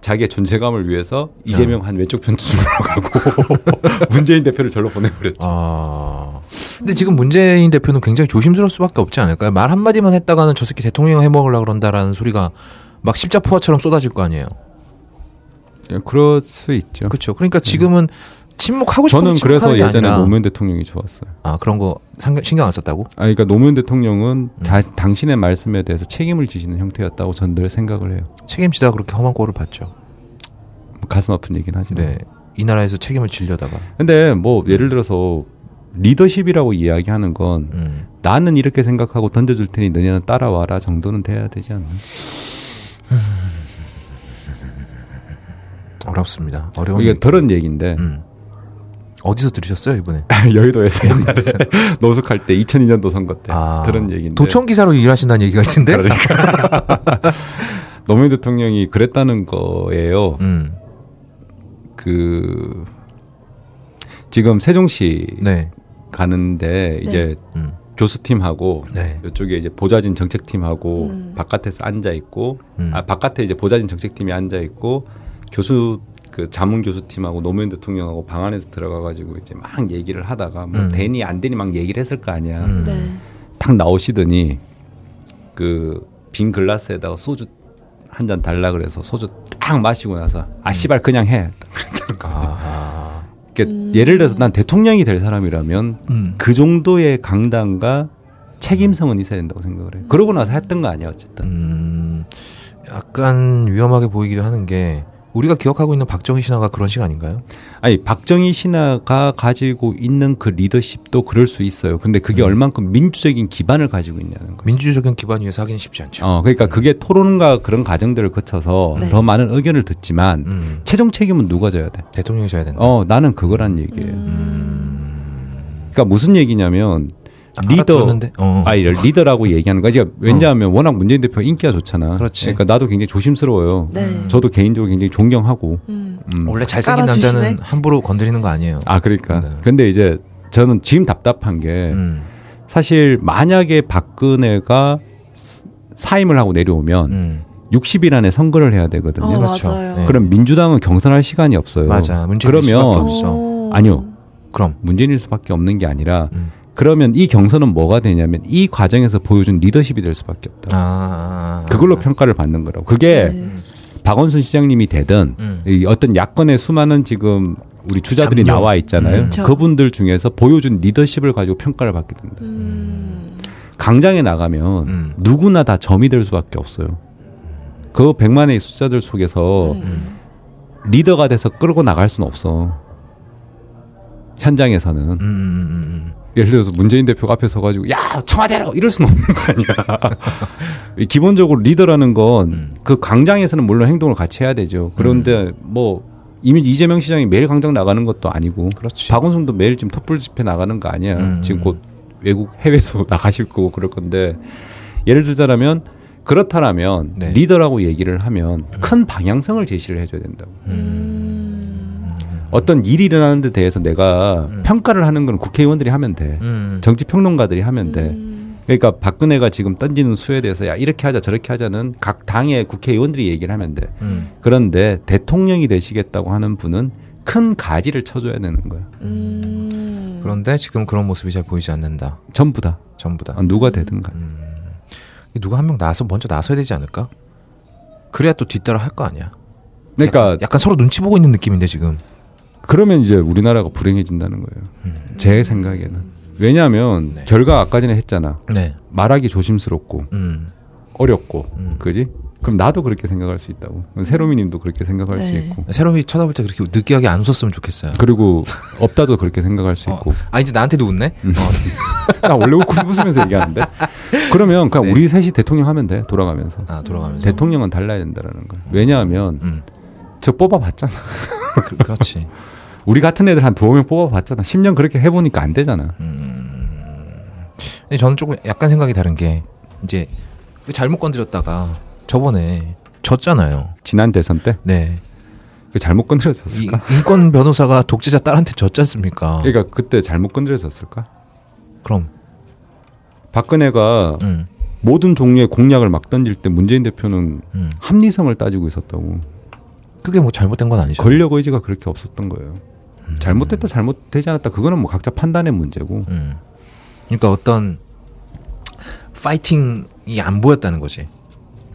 자기의 존재감을 위해서 이재명 한 왼쪽 편집으로 가고 [LAUGHS] 문재인 대표를 절로 보내버렸죠.
아. 근데 지금 문재인 대표는 굉장히 조심스러울 수밖에 없지 않을까요? 말 한마디만 했다가는 저 새끼 대통령 해먹으려고 그런다라는 소리가 막 십자포화처럼 쏟아질 거 아니에요. 아,
예, 그럴 수 있죠.
그렇죠. 그러니까 지금은 침묵하고 싶어서
네. 저는 그래서
침묵하는 게
예전에
아니라
노무현 대통령이 좋았어요.
아 그런 거 상관- 신경 안 썼다고?
아, 그러니까 노무현 대통령은
음.
자- 당신의 말씀에 대해서 책임을 지시는 형태였다고 저는 늘 생각을 해요.
책임지다 그렇게 험한 꼴을 봤죠.
뭐 가슴 아픈 얘긴 하지만.
네. 이 나라에서 책임을 질려다가.
근데 뭐 예를 들어서 리더십이라고 이야기하는 건
음.
나는 이렇게 생각하고 던져줄 테니 너네는 따라와라 정도는 돼야 되지 않나?
어렵습니다. 어려운
이게
얘기.
더런 얘기인데
음. 어디서 들으셨어요 이번에?
[LAUGHS] 여의도에서
[LAUGHS]
옛날에 노숙할 때 2002년도 선거 때
아,
들은 얘기인데
도청 기사로 일하신다는 얘기가 있는데.
그러니까 노무현 대통령이 그랬다는 거예요.
음.
그 지금 세종시
네.
가는데 이제
음.
교수팀하고
네.
이쪽에 이제 보좌진 정책팀하고 바깥에서 앉아 있고
음.
아 바깥에 이제 보좌진 정책팀이 앉아 있고 교수 그 자문 교수팀하고 노무현 대통령하고 방 안에서 들어가 가지고 이제 막 얘기를 하다가 뭐
음.
되니 안 되니 막 얘기를 했을 거 아니야.
음.
네.
탁 나오시더니 그 빈 글라스에다가 소주 한 잔 달라 그래서 소주 딱 마시고 나서 아 씨발 그냥 해.
아.
그러니까 예를 들어서 난 대통령이 될 사람이라면
음.
그 정도의 강당과 책임성은 있어야 된다고 생각을 해요. 그러고 나서 했던 거 아니야 어쨌든.
음. 약간 위험하게 보이기도 하는 게 우리가 기억하고 있는 박정희 신화가 그런 식 아닌가요?
아니 박정희 신화가 가지고 있는 그 리더십도 그럴 수 있어요. 근데 그게
음.
얼만큼 민주적인 기반을 가지고 있냐는 거죠.
민주적인 기반 위에서 하기는 쉽지 않죠.
어, 그러니까 그게 토론과 그런 과정들을 거쳐서
네.
더 많은 의견을 듣지만
음.
최종 책임은 누가 져야 돼?
대통령이 져야 된다.
어, 나는 그거란 얘기예요. 그러니까 무슨 얘기냐면
아,
리더
음. 알아들었는데? 어.
아, 이럴 리더라고 얘기하는 거지. 왜냐하면 워낙 문재인 대표 인기가 좋잖아.
그렇지.
러니까 나도 굉장히 조심스러워요.
네.
저도 개인적으로 굉장히 존경하고.
음.
음.
원래 잘생긴
깔아주시네.
남자는 함부로 건드리는 거 아니에요.
아, 그러니까.
네.
근데 이제 저는 지금 답답한 게
음.
사실 만약에 박근혜가 스- 사임을 하고 내려오면
음.
60일 안에 선거를 해야 되거든요.
어,
그렇죠.
맞아요.
네.
그럼 민주당은 경선할 시간이 없어요.
맞아. 문재인 수밖에
그러면
없어.
오.
아니요.
그럼
문재인일 수밖에 없는 게 아니라
음.
그러면 이 경선은 뭐가 되냐면 이 과정에서 보여준 리더십이 될 수밖에
아,
없다.
아, 아.
그걸로 평가를 받는 거라고. 그게
네.
박원순 시장님이 되든
음.
이 어떤 야권의 수많은 지금 우리 주자들이
잡념.
나와 있잖아요.
그쵸.
그분들 중에서 보여준 리더십을 가지고 평가를 받게 된다. 강장에 나가면
음.
누구나 다 점이 될 수밖에 없어요. 그 백만의 숫자들 속에서 리더가 돼서 끌고 나갈 수는 없어. 현장에서는
음, 음, 음,
예를 들어서 문재인 대표가 앞에 서가지고 야 청와대로 이럴 수는 없는 거 아니야.
[LAUGHS]
이 기본적으로 리더라는 건
음.
그 광장에서는 물론 행동을 같이 해야 되죠. 그런데 뭐 이미 이재명 시장이 매일 광장 나가는 것도 아니고,
그렇지.
박원순도 매일 지금 촛불 집회 나가는 거 아니야.
음.
지금 곧 외국 해외에서 [LAUGHS] 나가실 거고 그럴 건데 예를 들자라면 그렇다라면
네. 음.
리더라고 얘기를 하면 큰 방향성을 제시를 해줘야 된다고. 어떤 일이 일어나는 데 대해서 내가 평가를 하는 건 국회의원들이 하면 돼.
음.
정치 평론가들이 하면 돼. 그러니까 박근혜가 지금 던지는 수에 대해서 야 이렇게 하자 저렇게 하자는 각 당의 국회의원들이 얘기를 하면 돼.
음.
그런데 대통령이 되시겠다고 하는 분은 큰 가지를 쳐줘야 되는 거야.
음.
그런데 지금 그런 모습이 잘 보이지 않는다.
전부 다
전부 다.
어, 누가 되든 간에.
음. 누가 한 명 나서 먼저 나서야 되지 않을까? 그래야 또 뒤따라 할 거 아니야.
그러니까
약간, 약간 서로 눈치 보고 있는 느낌인데 지금.
그러면 이제 우리나라가 불행해진다는 거예요.
음.
제 생각에는 왜냐하면 결과 아까 전에 했잖아.
네.
말하기 조심스럽고
음.
어렵고 그지? 그럼 나도 그렇게 생각할 수 있다고. 세로미님도 그렇게 생각할 수
네.
있고.
새로이 쳐다볼 때 그렇게 느끼하게 안 웃었으면 좋겠어요.
그리고 없다도 그렇게 생각할 수
어.
있고.
아 이제 나한테도 웃네.
음.
어.
나 원래 웃고 웃으면서 얘기하는데. 그러면 그냥
네.
우리 셋이 대통령 하면 돼 돌아가면서.
아 돌아가면서.
대통령은 달라야 된다라는 거야. 왜냐하면
음.
저 뽑아봤잖아.
그, 그렇지.
우리 같은 애들 한 두어 명 뽑아봤잖아. 10년 그렇게 해보니까 안 되잖아.
음. 근데 저는 조금 약간 생각이 다른 게 이제 그 잘못 건드렸다가 저번에 졌잖아요.
지난 대선 때
네.
그 잘못
이, 어.
건드려졌을까?
인권 변호사가 독재자 딸한테 졌지 않습니까?
그러니까 그때 잘못 건드려졌을까?
그럼.
박근혜가
음.
모든 종류의 공약을 막 던질 때 문재인 대표는
음.
합리성을 따지고 있었다고.
그게 뭐 잘못된 건 아니죠.
권력 의지가 그렇게 없었던 거예요. 잘못됐다 잘못되지 않았다 그거는 뭐 각자 판단의 문제고.
음. 그러니까 어떤 파이팅이 안 보였다는 거지.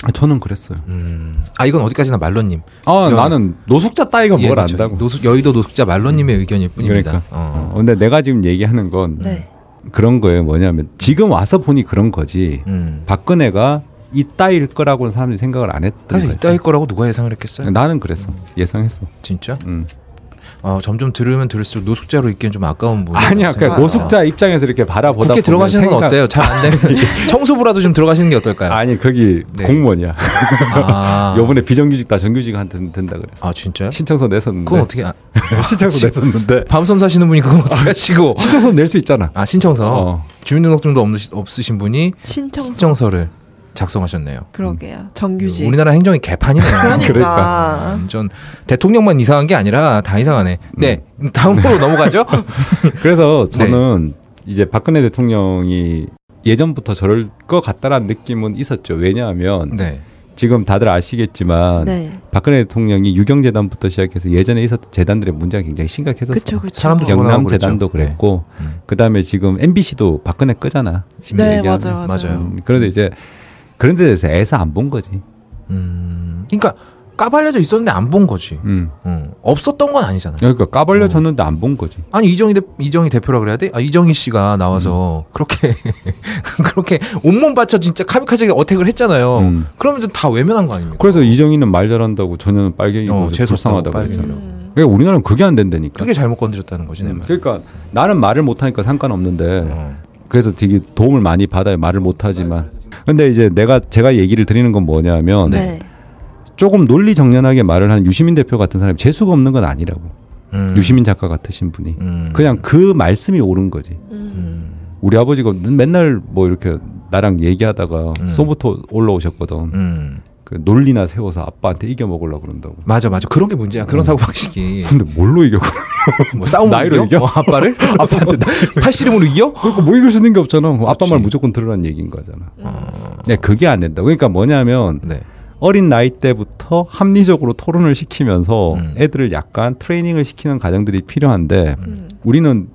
아, 저는 그랬어요.
음. 아 이건 어디까지나 말로님.
아
이건-
나는 노숙자 따위가
예,
뭘
그렇죠.
안다고.
노숙- 여의도 노숙자 말로님의 의견일
그러니까.
뿐입니다. 어.
어, 근데 내가 지금 얘기하는 건
네.
그런 거예요. 뭐냐면 지금 와서 보니 그런 거지.
음.
박근혜가 이 따일 거라고는 사람들이 생각을 안 했던
사실
거지.
이따일 거라고 누가 예상을 했겠어요?
나는 그랬어. 예상했어.
진짜?
음.
어, 점점 들으면 들을수록 노숙자로 있기엔 좀 아까운 분.
아니야. 그러니까 노숙자 입장에서 이렇게 바라보다
음. 국회
보면
들어가시는 건
생각-
어때요? 잘 안 되면
[LAUGHS]
청소부라도 좀 들어가시는 게 어떨까요?
아니 거기
네.
공무원이야.
아,
[LAUGHS] 요번에 비정규직 다 정규직한테 된다 그래서
아 진짜요?
신청서 네. 냈었는데.
그건 어떻게? 아,
신청서 냈었는데
밤섬 사시는 분이 그건 어떻게
[LAUGHS]
하시고?
신청서 낼 수 있잖아.
아 신청서
어.
주민등록증도 없으- 없으신 분이
신청서.
신청서를 작성하셨네요.
그러게요. 정규직.
우리나라 행정이 개판이네요.
그러니까.
그러니까.
완전 대통령만 이상한 게 아니라 다 이상하네. 네, 다음으로
[LAUGHS]
넘어가죠.
그래서 저는 네. 이제 박근혜 대통령이 예전부터 저럴 것 같다라는 느낌은 있었죠. 왜냐하면
네,
지금 다들 아시겠지만
네.
박근혜 대통령이 유경재단부터 시작해서 예전에 있었던 재단들의 문제가 굉장히 심각했었어요.
그쵸 그쵸.
사람도 좀- 그러고
영남재단도
그랬죠.
그렇죠. 그랬고
네. 음.
그다음에 지금 MBC도 박근혜 끄잖아. 음, 쉽게
네
얘기하면.
맞아요 맞아요.
맞아요.
음, 그런데 이제 그런 데 대해서 애사 안 본 거지.
음, 그러니까 까발려져 있었는데 안 본 거지.
음.
음, 없었던 건 아니잖아요.
그러니까 까발려졌는데 안 본 거지.
아니 이정희 대, 이정희 대표라 그래야 돼? 아 이정희 씨가
음.
나와서 그렇게 [LAUGHS] 그렇게 온몸 바쳐 진짜 카미카제 어택을 했잖아요.
음. 그렇죠.
그러면 이제 다 외면한 거 아닙니까?
그래서 이정희는 말 잘한다고 전혀는 빨갱이고
어, 재수 없다고
불쌍하다고 했잖아요.
빨갱이라고.
그러니까 우리나라는 그게 안 된다니까.
그게 잘못 건드렸다는 거지 내 말.
그러니까 나는 말을 못하니까 상관없는데
어.
그래서 되게 도움을 많이 받아요. 말을 못하지만. 근데 이제 내가 제가 얘기를 드리는 건 뭐냐면
네.
조금 논리 정연하게 말을 하는 유시민 대표 같은 사람이 재수가 없는 건 아니라고.
음.
유시민 작가 같으신 분이
음.
그냥 그 말씀이 옳은 거지. 우리 아버지가 맨날 뭐 이렇게 나랑 얘기하다가 소부터 올라오셨거든.
음.
그 논리나 세워서 아빠한테 이겨 먹으려고 그런다고.
맞아 맞아 그런 게 문제야 그런 사고 방식이
근데 뭘로 이겨?
뭐 싸움
음. 나이로 이겨?
어,
[LAUGHS]
아빠를 아빠한테 나- [LAUGHS] 팔씨름으로 이겨?
그러니까 뭐 이길 수 있는 게 없잖아. 아빠 말
그렇지.
무조건 들으라는 얘기인 거잖아. 네, 그게 안 된다. 그러니까 뭐냐면
네.
어린 나이 때부터 합리적으로 토론을 시키면서
음.
애들을 약간 트레이닝을 시키는 과정들이 필요한데 우리는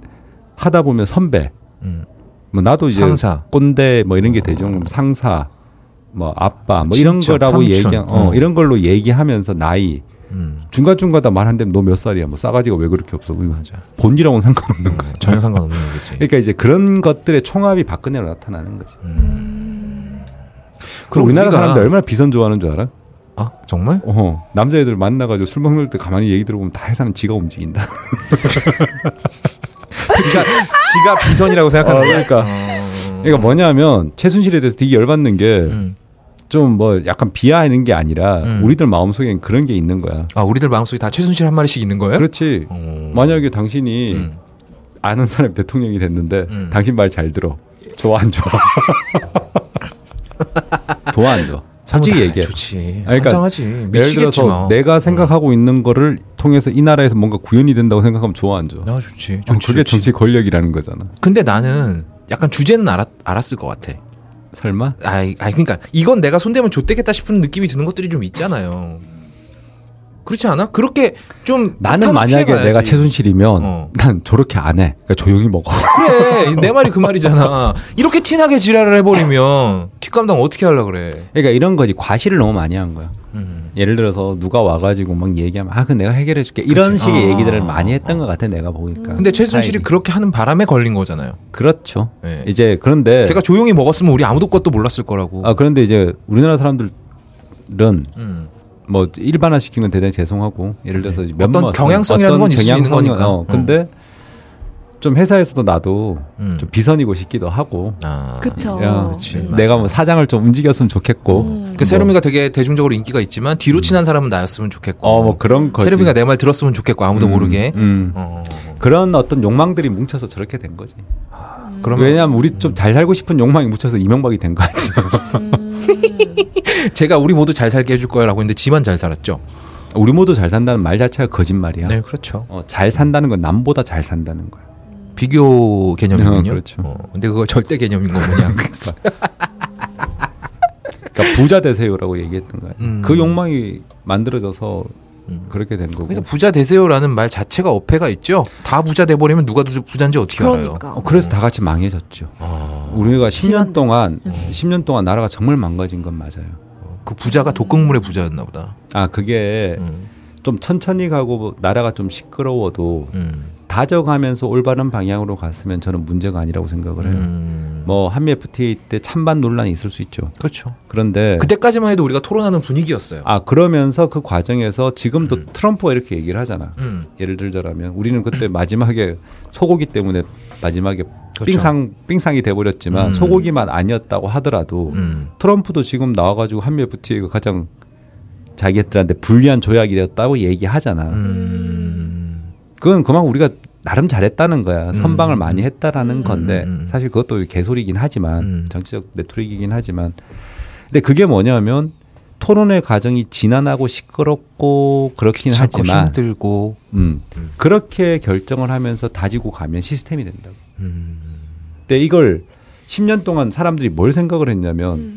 하다 보면 선배,
음.
뭐 나도 이제
상사. 어.
꼰대 뭐 이런 게 되죠. 그럼 상사, 뭐 아빠 뭐 이런
친척,
거라고
삼촌.
얘기, 어,
어.
이런 걸로 얘기하면서 나이
음.
중간 중간다 말한다면 너 몇 살이야? 뭐 싸가지가 왜 그렇게 없어? 뭐
맞아.
본질하고는 상관없는 거야.
전혀 상관없는 얘기지.
그러니까 이제 그런 것들의 총합이 박근혜로 나타나는 거지. 그럼
음. 그럼
우리나라
우리가-
사람들 얼마나 비선 좋아하는 줄 알아?
아 정말?
어, 남자애들 만나가지고 술 먹을 때 가만히 얘기 들어보면 다 회사는 지가 움직인다. [LAUGHS]
지가 지가 비선이라고 생각하는 거야.
그러니까. 그러니까 뭐냐면 최순실에 대해서 되게 열받는
음.
게 좀 뭐 약간 비하하는 게 아니라
음.
우리들 마음속엔 그런 게 있는 거야.
아 우리들 마음속에 다 최순실 한 마리씩 있는 거예요?
그렇지.
어.
만약에 당신이
음.
아는 사람이 대통령이 됐는데
음.
당신 말 잘 들어. 좋아 안
[LAUGHS]
좋아? 좋아 안 뭐, 좋아? 솔직히
뭐 다
얘기해.
좋지.
아니, 그러니까
환장하지.
예를
미치겠지
들어서
뭐.
내가 생각하고 있는 거를 통해서 이 나라에서 뭔가 구현이 된다고 생각하면 좋아 안 좋아?
나 좋지.
아,
좋지.
그게
좋지.
정치 권력이라는 거잖아.
근데 나는 약간 주제는 알았, 알았을 것 같아.
설마?
아이, 아이, 그러니까 이건 내가 손대면 좆되겠다 싶은 느낌이 드는 것들이 좀 있잖아요. 그렇지 않아? 그렇게 좀
나는
폭탄을
만약에
피해가야지.
내가 최순실이면
어.
난 저렇게 안 해. 그러니까 조용히 먹어.
그래 내 말이 그 말이잖아. 이렇게 티나게 지랄을 해버리면 뒷감당 어떻게 하려 그래?
그러니까 이런 거지. 과시를 너무 많이 한 거야.
음.
예를 들어서 누가 와가지고 막 얘기하면 아, 그 내가 해결해 줄게. 이런
그치.
식의
아.
얘기들을 많이 했던 것 같아. 내가 보니까. 아,
근데 최순실이
스타일이.
그렇게 하는 바람에 걸린 거잖아요.
그렇죠.
예.
이제 그런데
걔가 조용히 먹었으면 우리 아무도 것도 몰랐을 거라고.
네. 아 그런데 이제 우리나라 사람들은
음.
뭐 일반화 시킨 건 대단히 죄송하고 예를 들어서 이제
네. 어떤
면모,
경향성이라는
어떤
건 있을 수 있는
경향성이-
거니까.
어, 근데 좀 회사에서도 나도
음.
좀 비선이고 싶기도 하고.
아.
그쵸.
야,
그치.
음.
맞아.
내가 뭐 사장을 좀 움직였으면 좋겠고.
그 세롬이가 되게 대중적으로 인기가 있지만 뒤로 친한 사람은 나였으면 좋겠고.
어, 뭐 그런 거지.
세롬이가 내 말 들었으면 좋겠고 아무도
음,
모르게.
음.
어,
그런 어떤 욕망들이 뭉쳐서 저렇게 된 거지.
그러면
왜냐하면 우리 좀 잘 살고 싶은 욕망이 뭉쳐서 이명박이 된 거 아니야.
[LAUGHS] 제가 우리 모두 잘 살게 해줄 거야라고 했는데 지만 잘 살았죠.
우리 모두 잘 산다는 말 자체가 거짓말이야.
네, 그렇죠.
어, 잘 산다는 건 남보다 잘 산다는 거야.
비교 개념이군요.
어, 그렇죠.
어, 근데 그거 절대 개념인
[LAUGHS]
거 뭐냐.
그러니까 부자 되세요라고 얘기했던 거야.
음.
그 욕망이 만들어져서 그렇게 된 거고.
그래서 부자 되세요라는 말 자체가 어폐가 있죠. 다 부자 돼 버리면 누가 두- 부자인지 어떻게
그러니까.
어, 그래서 다 같이 망해졌죠.
아.
우리가 10년 동안
음.
어, 10년 동안 나라가 정말 망가진 건 맞아요.
알아요? 그 부자가 독극물의 부자였나 보다.
아 그게
음.
좀 천천히 가고 나라가 좀 시끄러워도
음.
다져가면서 올바른 방향으로 갔으면 저는 문제가 아니라고 생각을 해요.
음.
뭐 한미 FTA 때 찬반 논란이 있을 수 있죠.
그렇죠.
그런데
그때까지만 해도 우리가 토론하는 분위기였어요.
아 그러면서 그 과정에서 지금도 트럼프가 이렇게 얘기를 하잖아.
음.
예를 들자라면 우리는 그때 마지막에 소고기 때문에 마지막에 빙상 빙상이 돼버렸지만
그렇죠. 음.
소고기만 아니었다고 하더라도
음.
트럼프도 지금 나와가지고 한미 FTA가 가장 자기들한테 불리한 조약이었다고
음.
얘기하잖아. 그건 그만큼 우리가 나름 잘했다는
음.
거야. 선방을 많이 했다라는 건데 사실 그것도 개소리긴 하지만
음.
정치적 레토릭이긴 하지만 근데 그게 뭐냐면 토론의 과정이 지난하고 시끄럽고 그렇긴
귀찮고
하지만
힘들고
음. 그렇게 결정을 하면서 다지고 가면 시스템이 된다고. 근데 이걸 10년 동안 사람들이 뭘 생각을 했냐면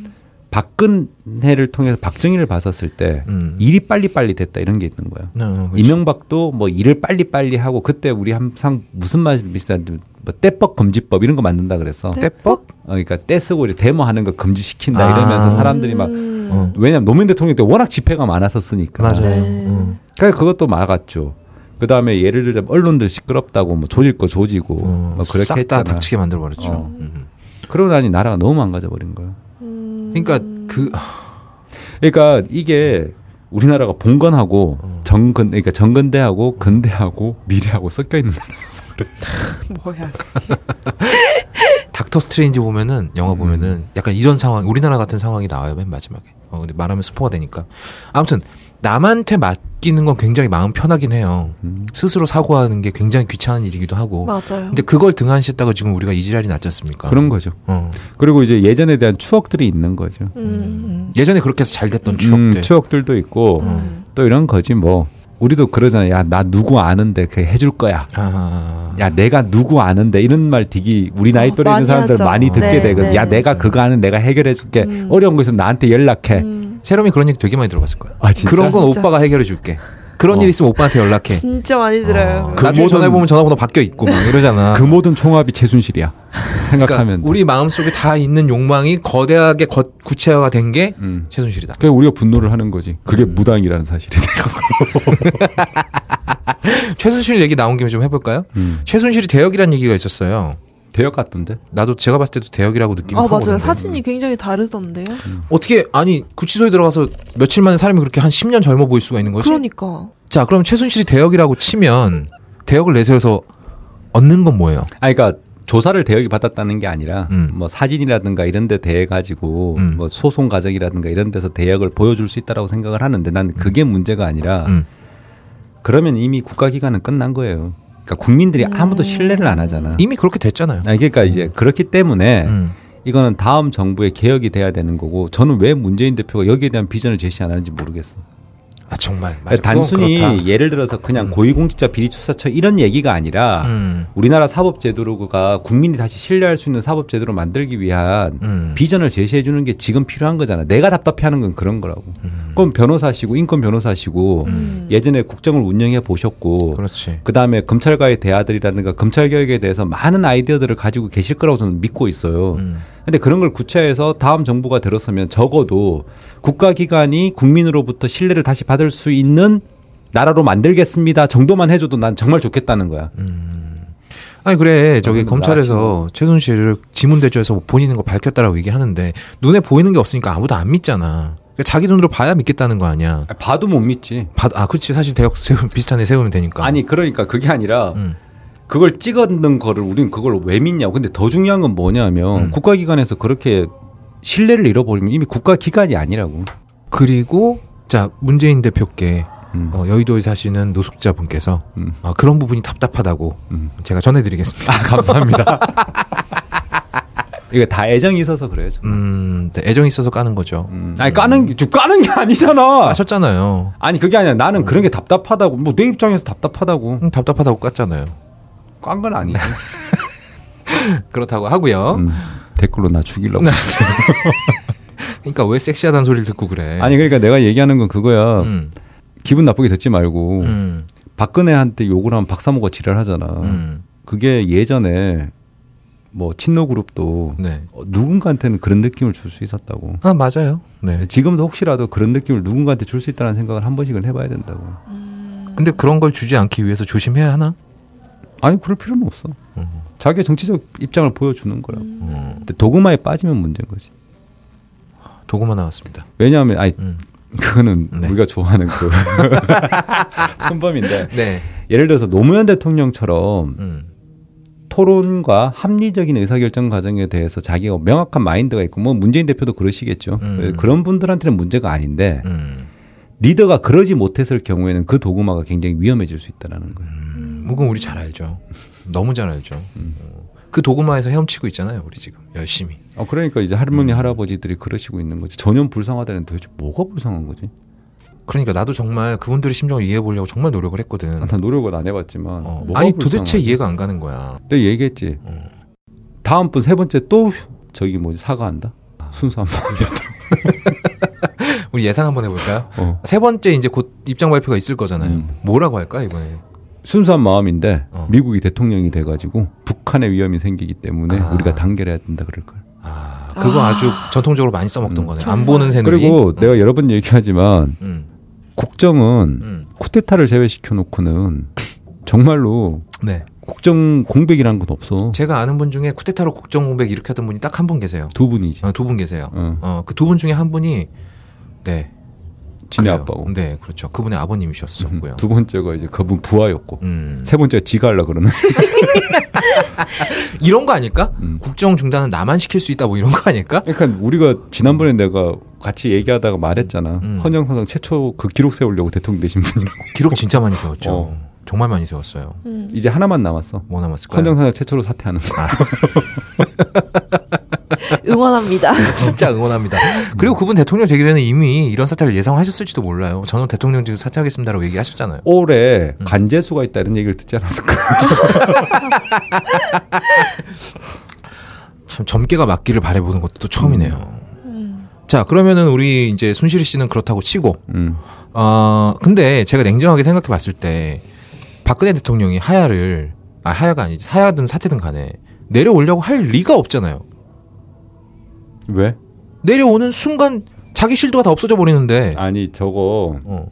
박근혜를 통해서 박정희를 봤었을 때
음.
일이 빨리빨리 됐다 이런 게 있는 거야.
네, 그렇죠.
이명박도 뭐 일을 빨리빨리 하고 그때 우리 항상 무슨 맛이 비슷한데 뭐 떼법 금지법 이런 거 만든다 그래서
떼뻑?
어, 그러니까 떼쓰고 이제 데모하는 거 금지시킨다
아.
이러면서 사람들이 막
어.
왜냐면 노무현 대통령 때 워낙 집회가 많았었으니까.
맞아요.
네.
음.
그러니까 그것도 막았죠. 그 다음에 예를 들자면 언론들 시끄럽다고 뭐 조질 거 조지고
어,
뭐 그렇게
싹다
했잖아.
닥치게 만들어 버렸죠. 음.
어. 그러고 나니 나라가 너무 망가져 버린 거예요.
그러니까 그
그러니까 이게 우리나라가 봉건하고
음.
정근 그러니까 정근대하고 근대하고 미래하고 섞여 있는
그러니까.
나라라서 그래.
뭐야.
닥터 스트레인지 보면은
음.
영화 보면은 약간 이런 상황 우리나라 같은 상황이 나와요 맨 마지막에 어 근데 말하면 스포가 되니까 아무튼 남한테 맡기는 건 굉장히 마음 편하긴 해요
음.
스스로 사고하는 게 굉장히 귀찮은 일이기도 하고
맞아요.
뭐 근데 그걸 등한시했다고 지금 우리가 이 지랄이 났지 않습니까
그런 거죠.
어.
그리고 이제 예전에 대한 추억들이 있는 거죠.
음.
예전에 그렇게 해서 잘 됐던
음,
추억들
추억들도 있고 또 이런 거지 뭐 우리도 그러잖아. 야 나 누구 아는데 그 해줄 거야.
아,
야 내가 누구 아는데 이런 말 되게 우리 나이
어,
또래 있는
많이
사람들
하죠.
많이 듣게
네,
되거든.
네. 음.
야 내가 그거 아는 내가 해결해 줄게. 어려운 거 있으면 나한테 연락해.
세롬이 그런 얘기 되게 많이 들어봤을 거야
아, 진짜?
그런 건
진짜.
오빠가 해결해 줄게 그런
어.
일 있으면 오빠한테 연락해
진짜 많이 들어요.
어,
그런
그
나중에
모든-
전화해보면 전화번호 바뀌어 있고 막 이러잖아
그 모든 총합이 최순실이야.
그러니까
생각하면.
우리 마음속에 다 있는 욕망이 거대하게 거- 구체화가 된 게
음.
최순실이다.
그냥 우리가 분노를 하는 거지. 그게
음.
무당이라는 사실이.
최순실 얘기 나온 김에 좀 해볼까요?
음.
최순실이 대역이라는 얘기가 있었어요.
대역 같던데.
나도 제가 봤을 때도 대역이라고 느낌이
아
확
맞아요.
오는데. 음.
사진이 굉장히 다르던데요.
어떻게 아니 구치소에 들어가서 며칠 만에 사람이 그렇게 한 10년 젊어 보일 수가 있는 거지?
그러니까
자 그럼 최순실이 대역이라고 치면 대역을 내세워서 얻는 건 뭐예요?
아, 그러니까 조사를 대역이 받았다는 게 아니라
음.
뭐 사진이라든가 이런 데 대해 가지고
음.
뭐 소송 과정이라든가 이런 데서 대역을 보여줄 수 있다라고 생각을 하는데 난 그게 문제가 아니라
음.
그러면 이미 국가 기관은 끝난 거예요. 그러니까 국민들이
음.
아무도 신뢰를 안 하잖아.
이미 그렇게 됐잖아요.
아, 그러니까 이제 그렇기 때문에
음.
이거는 다음 정부의 개혁이 돼야 되는 거고 저는 왜 문재인 대표가 여기에 대한 비전을 제시 안 하는지 모르겠어.
아 정말 맞아.
그러니까 단순히
그건 그렇다.
예를 들어서 그냥 고위공직자 비리수사처 이런 얘기가 아니라
음.
우리나라 사법제도가 국민이 다시 신뢰할 수 있는 사법제도로 만들기 위한
음.
비전을 제시해 주는 게 지금 필요한 거잖아. 내가 답답해하는 건 그런 거라고.
음.
그럼 변호사시고 인권 변호사시고 예전에 국정을 운영해 보셨고
그렇지.
그 다음에 검찰과의 대화들이라든가 검찰 개혁에 대해서 많은 아이디어들을 가지고 계실 거라고 저는 믿고 있어요.
음.
근데 그런 걸 구체화해서 다음 정부가 들었으면 적어도 국가기관이 국민으로부터 신뢰를 다시 받을 수 있는 나라로 만들겠습니다 정도만 해줘도 난 정말 좋겠다는 거야.
음. 아니 그래 저기
나는
검찰에서 최순실을 지문대조해서 본인인 거 밝혔다라고 얘기하는데 눈에 보이는 게 없으니까 아무도 안 믿잖아. 그러니까 자기 눈으로 봐야 믿겠다는 거 아니야.
아, 봐도 못 믿지.
봐도 아 그렇지 사실 대역 세우 비슷한 애 세우면 되니까.
아니 그러니까 그게 아니라
음.
그걸 찍었는 거를 우리는 그걸 왜 믿냐고. 근데 더 중요한 건 뭐냐면
음.
국가기관에서 그렇게 신뢰를 잃어버리면 이미 국가기관이 아니라고.
그리고 자 문재인 대표께
음.
어, 여의도에 사시는 노숙자분께서
음.
아, 그런 부분이 답답하다고
음.
제가 전해드리겠습니다.
[LAUGHS] 감사합니다. 이거 다 애정이 있어서 그래요. 저는.
음, 네, 애정 이 있어서 까는 거죠.
음. 아니 까는 게- 지금 까는 게 아니잖아.
아셨잖아요.
아니 그게 아니라 나는 그런 게 답답하다고 뭐 내 입장에서 답답하다고
음, 답답하다고 깠잖아요.
깐 건 아니지.
그렇다고 하고요.
[LAUGHS] 음, 댓글로 나 죽이려고.
그러니까 왜 섹시하다는 소리를 듣고 그래?
아니 그러니까 내가 얘기하는 건 그거야.
음,
기분 나쁘게 듣지 말고
음,
박근혜한테 욕을 하면 박사모가 지랄하잖아.
음.
그게 예전에 뭐 친노 그룹도
네.
어, 누군가한테는 그런 느낌을 줄 수 있었다고.
아 맞아요. 네.
지금도 혹시라도 그런 느낌을 누군가한테 줄 수 있다는 생각을 한 번씩은 해봐야 된다고.
근데 그런 걸 주지 않기 위해서 조심해야 하나?
아니 그럴 필요는 없어.
음.
자기의 정치적 입장을 보여주는 거라고. 근데 도그마에 빠지면 문제인 거지.
도구만 나왔습니다.
왜냐하면 아니
음.
그거는
네.
우리가 좋아하는
[LAUGHS]
그 손범인데
네.
예를 들어서 노무현 대통령처럼
음.
토론과 합리적인 의사결정 과정에 대해서 자기가 명확한 마인드가 있고 뭐 문재인 대표도 그러시겠죠. 예,
음.
그런 분들한테는 문제가 아닌데
음.
리더가 그러지 못했을 경우에는 그 도그마가 굉장히 위험해질 수 있다라는
음.
거예요.
뭐 그건 우리 잘 알죠. 너무 잘 알죠.
음.
어, 그 도구마에서 헤엄치고 있잖아요. 우리 지금 열심히.
어, 그러니까 이제
음.
할머니 할아버지들이 그러시고 있는 거지. 전혀 불쌍하다는 도대체 뭐가 불쌍한 거지?
그러니까 나도 정말 그분들의 심정을 이해해 보려고 정말 노력을 했거든.
난 노력은 안 해봤지만
음. 어,
음. 뭐가
아니
불쌍하지?
도대체 이해가 안 가는 거야.
내가 얘기했지.
어.
다음 분 세 번째 또 저기 뭐지 사과한다.
아.
순수한
[LAUGHS]
마음이었다.
우리 예상 한번 해볼까요?
어.
세 번째 이제 곧 입장 발표가 있을 거잖아요.
음.
뭐라고 할까 이번에?
순수한 마음인데
어.
미국이 대통령이 돼가지고 북한의 위험이 생기기 때문에
아.
우리가 단결해야 된다 그럴 걸.
아 야, 그거 아... 주 전통적으로 많이 써먹던 거네. 안 보는 새누리.
음. 그리고 내가 여러 번 얘기하지만
음,
국정은
음.
쿠데타를 제외시켜 놓고는 정말로
네.
국정 공백이라는 건 없어.
제가 아는 분 중에 쿠데타로 국정 공백 일으켰던 분이 딱 한 분 계세요.
두 분이지.
어, 두분 계세요.
어.
어, 그 두 분 중에 한 분이 네.
지네
그래요.
아빠고. 음.
네, 그렇죠. 그분의 아버님이셨었고요.
두 번째가 이제 그분 부하였고.
음.
세 번째가 지가 하려 그러는.
이런 거 아닐까?
음.
국정 중단은 나만 시킬 수 있다 뭐 이런 거 아닐까?
그러니까 우리가 지난번에 내가 같이 얘기하다가 말했잖아.
음.
헌정사상 최초 그 기록 세우려고 대통령 되신 분이라고.
기록 진짜 많이 세웠죠.
어.
정말 많이 세웠어요.
이제 하나만 남았어.
뭐 남았을까요?
헌정사상 최초로 사퇴하는 거.
응원합니다.
[LAUGHS] 진짜 응원합니다.
음.
그리고 그분 대통령 되기 전에 이미 이런 사태를 예상하셨을지도 몰라요. 저는 대통령 지금 사퇴하겠습니다라고 얘기하셨잖아요.
올해 간재수가 있다 이런 얘기를 듣지 않았을까?
참 점괘가 맞기를 바라보는 것도 또 처음이네요. 자 그러면은 우리 이제 순실이 씨는 그렇다고 치고
음.
아 근데 제가 냉정하게 생각해 봤을 때 박근혜 대통령이 하야를 아 하야가 아니지 하야든 사태든 간에 내려오려고 할 리가 없잖아요.
왜?
내려오는 순간 자기 실드가 다 없어져 버리는데.
아니 저거
어.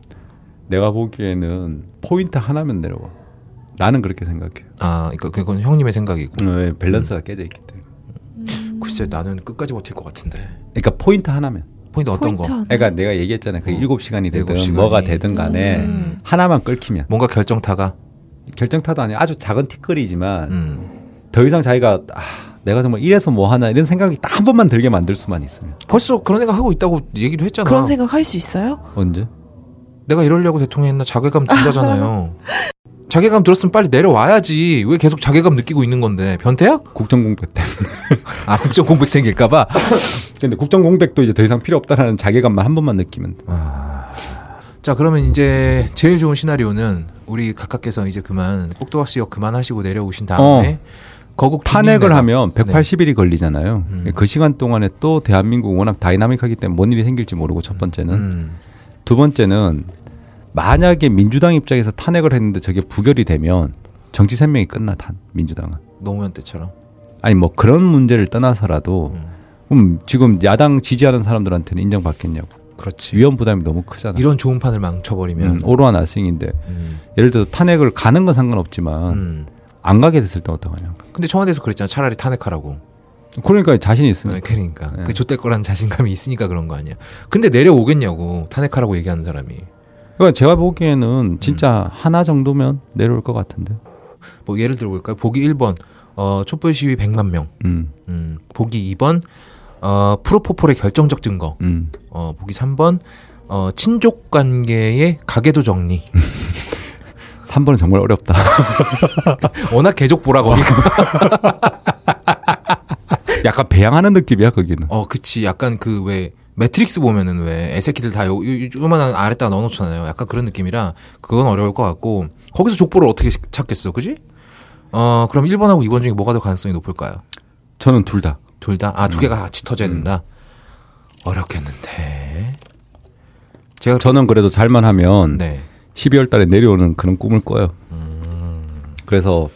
내가 보기에는 포인트 하나면 내려와. 나는 그렇게 생각해.
아, 그러니까 그건 형님의 생각이고.
음. 왜 밸런스가 깨져 있기 때문에.
음.
글쎄, 나는 끝까지 버틸 것 같은데.
그러니까 포인트 하나면.
포인트 어떤
포인트
거?
하나.
그러니까 내가 얘기했잖아. 그 일곱 시간이 되든
일곱 시간이.
뭐가 되든 간에 하나만 끓기면
뭔가 결정타가.
결정타도 아니야. 아주 작은 티끌이지만
음.
더 이상 자기가 아, 내가 정말 이래서 뭐 하나 이런 생각이 딱 한 번만 들게 만들 수만 있으면
벌써 그런 생각 하고 있다고 얘기도 했잖아.
그런 생각 할 수 있어요?
언제?
내가 이러려고 대통령 했나 자괴감
[LAUGHS]
든다잖아요. 자괴감 들었으면 빨리 내려와야지. 왜 계속 자괴감 느끼고 있는 건데. 변태야?
국정 공백 때문에. [LAUGHS]
아, 국정 공백 생길까봐?
근데 국정 공백도 이제 더 이상 필요 없다라는 자괴감만 한 번만 느끼면 돼.
자, 그러면 이제 제일 좋은 시나리오는 우리 각각께서 이제 그만, 꼭두각 시역 그만하시고 내려오신 다음에 거국
어. 탄핵을
주민회가-
하면
네. 음.
180일이 걸리잖아요. 그 시간 동안에 또 대한민국 워낙 다이나믹하기 때문에 뭔 일이 생길지 모르고 첫 번째는
음.
두 번째는 만약에 민주당 입장에서 탄핵을 했는데 저게 부결이 되면 정치 생명이 끝나 단 민주당은
노무현 때처럼.
아니 뭐 그런 문제를 떠나서라도 음, 지금 야당 지지하는 사람들한테는 인정받겠냐고
그렇지.
위험 부담이 너무 크잖아.
이런 좋은 판을 망쳐버리면.
음, 오로한 아싱인데
음.
예를 들어서 탄핵을 가는 건 상관없지만
음.
안 가게 됐을 때 어떡하냐.
근데 청와대에서 그랬잖아. 차라리 탄핵하라고.
그러니까 자신이
네,
있으니까.
그러니까
네.
그 좆될 거라는 자신감이 있으니까 그런 거 아니야. 근데 내려오겠냐고 탄핵하라고 얘기하는 사람이.
그러니까 제가
음.
보기에는 진짜 하나 정도면 내려올 것 같은데.
뭐 예를 들어 볼까요? 보기 1번 어, 촛불 시위 100만 명.
음,
음, 보기 2번 어, 프로포폴의 결정적 증거.
음.
어, 보기 3번 어, 친족 관계의 가계도 정리. [LAUGHS]
3번은 정말 어렵다. [LAUGHS]
워낙 개족보라 거기가.
약간 배양하는 느낌이야 거기는.
어, 그치. 약간 그 왜 매트릭스 보면은 왜 애새끼들 다 요, 요, 요만한 아래다가 넣어놓잖아요. 약간 그런 느낌이라 그건 어려울 것 같고 거기서 족보를 어떻게 찾겠어, 그지? 어, 그럼 1번하고 2번 중에 뭐가 더 가능성이 높을까요?
저는 둘 다.
둘 다? 아,
음.
두 개가 같이 터져야 된다? 어렵겠는데. 제가
저는 그래도 잘만 하면
음.
네.
12월 달에 내려오는 그런 꿈을 꿔요. 그래서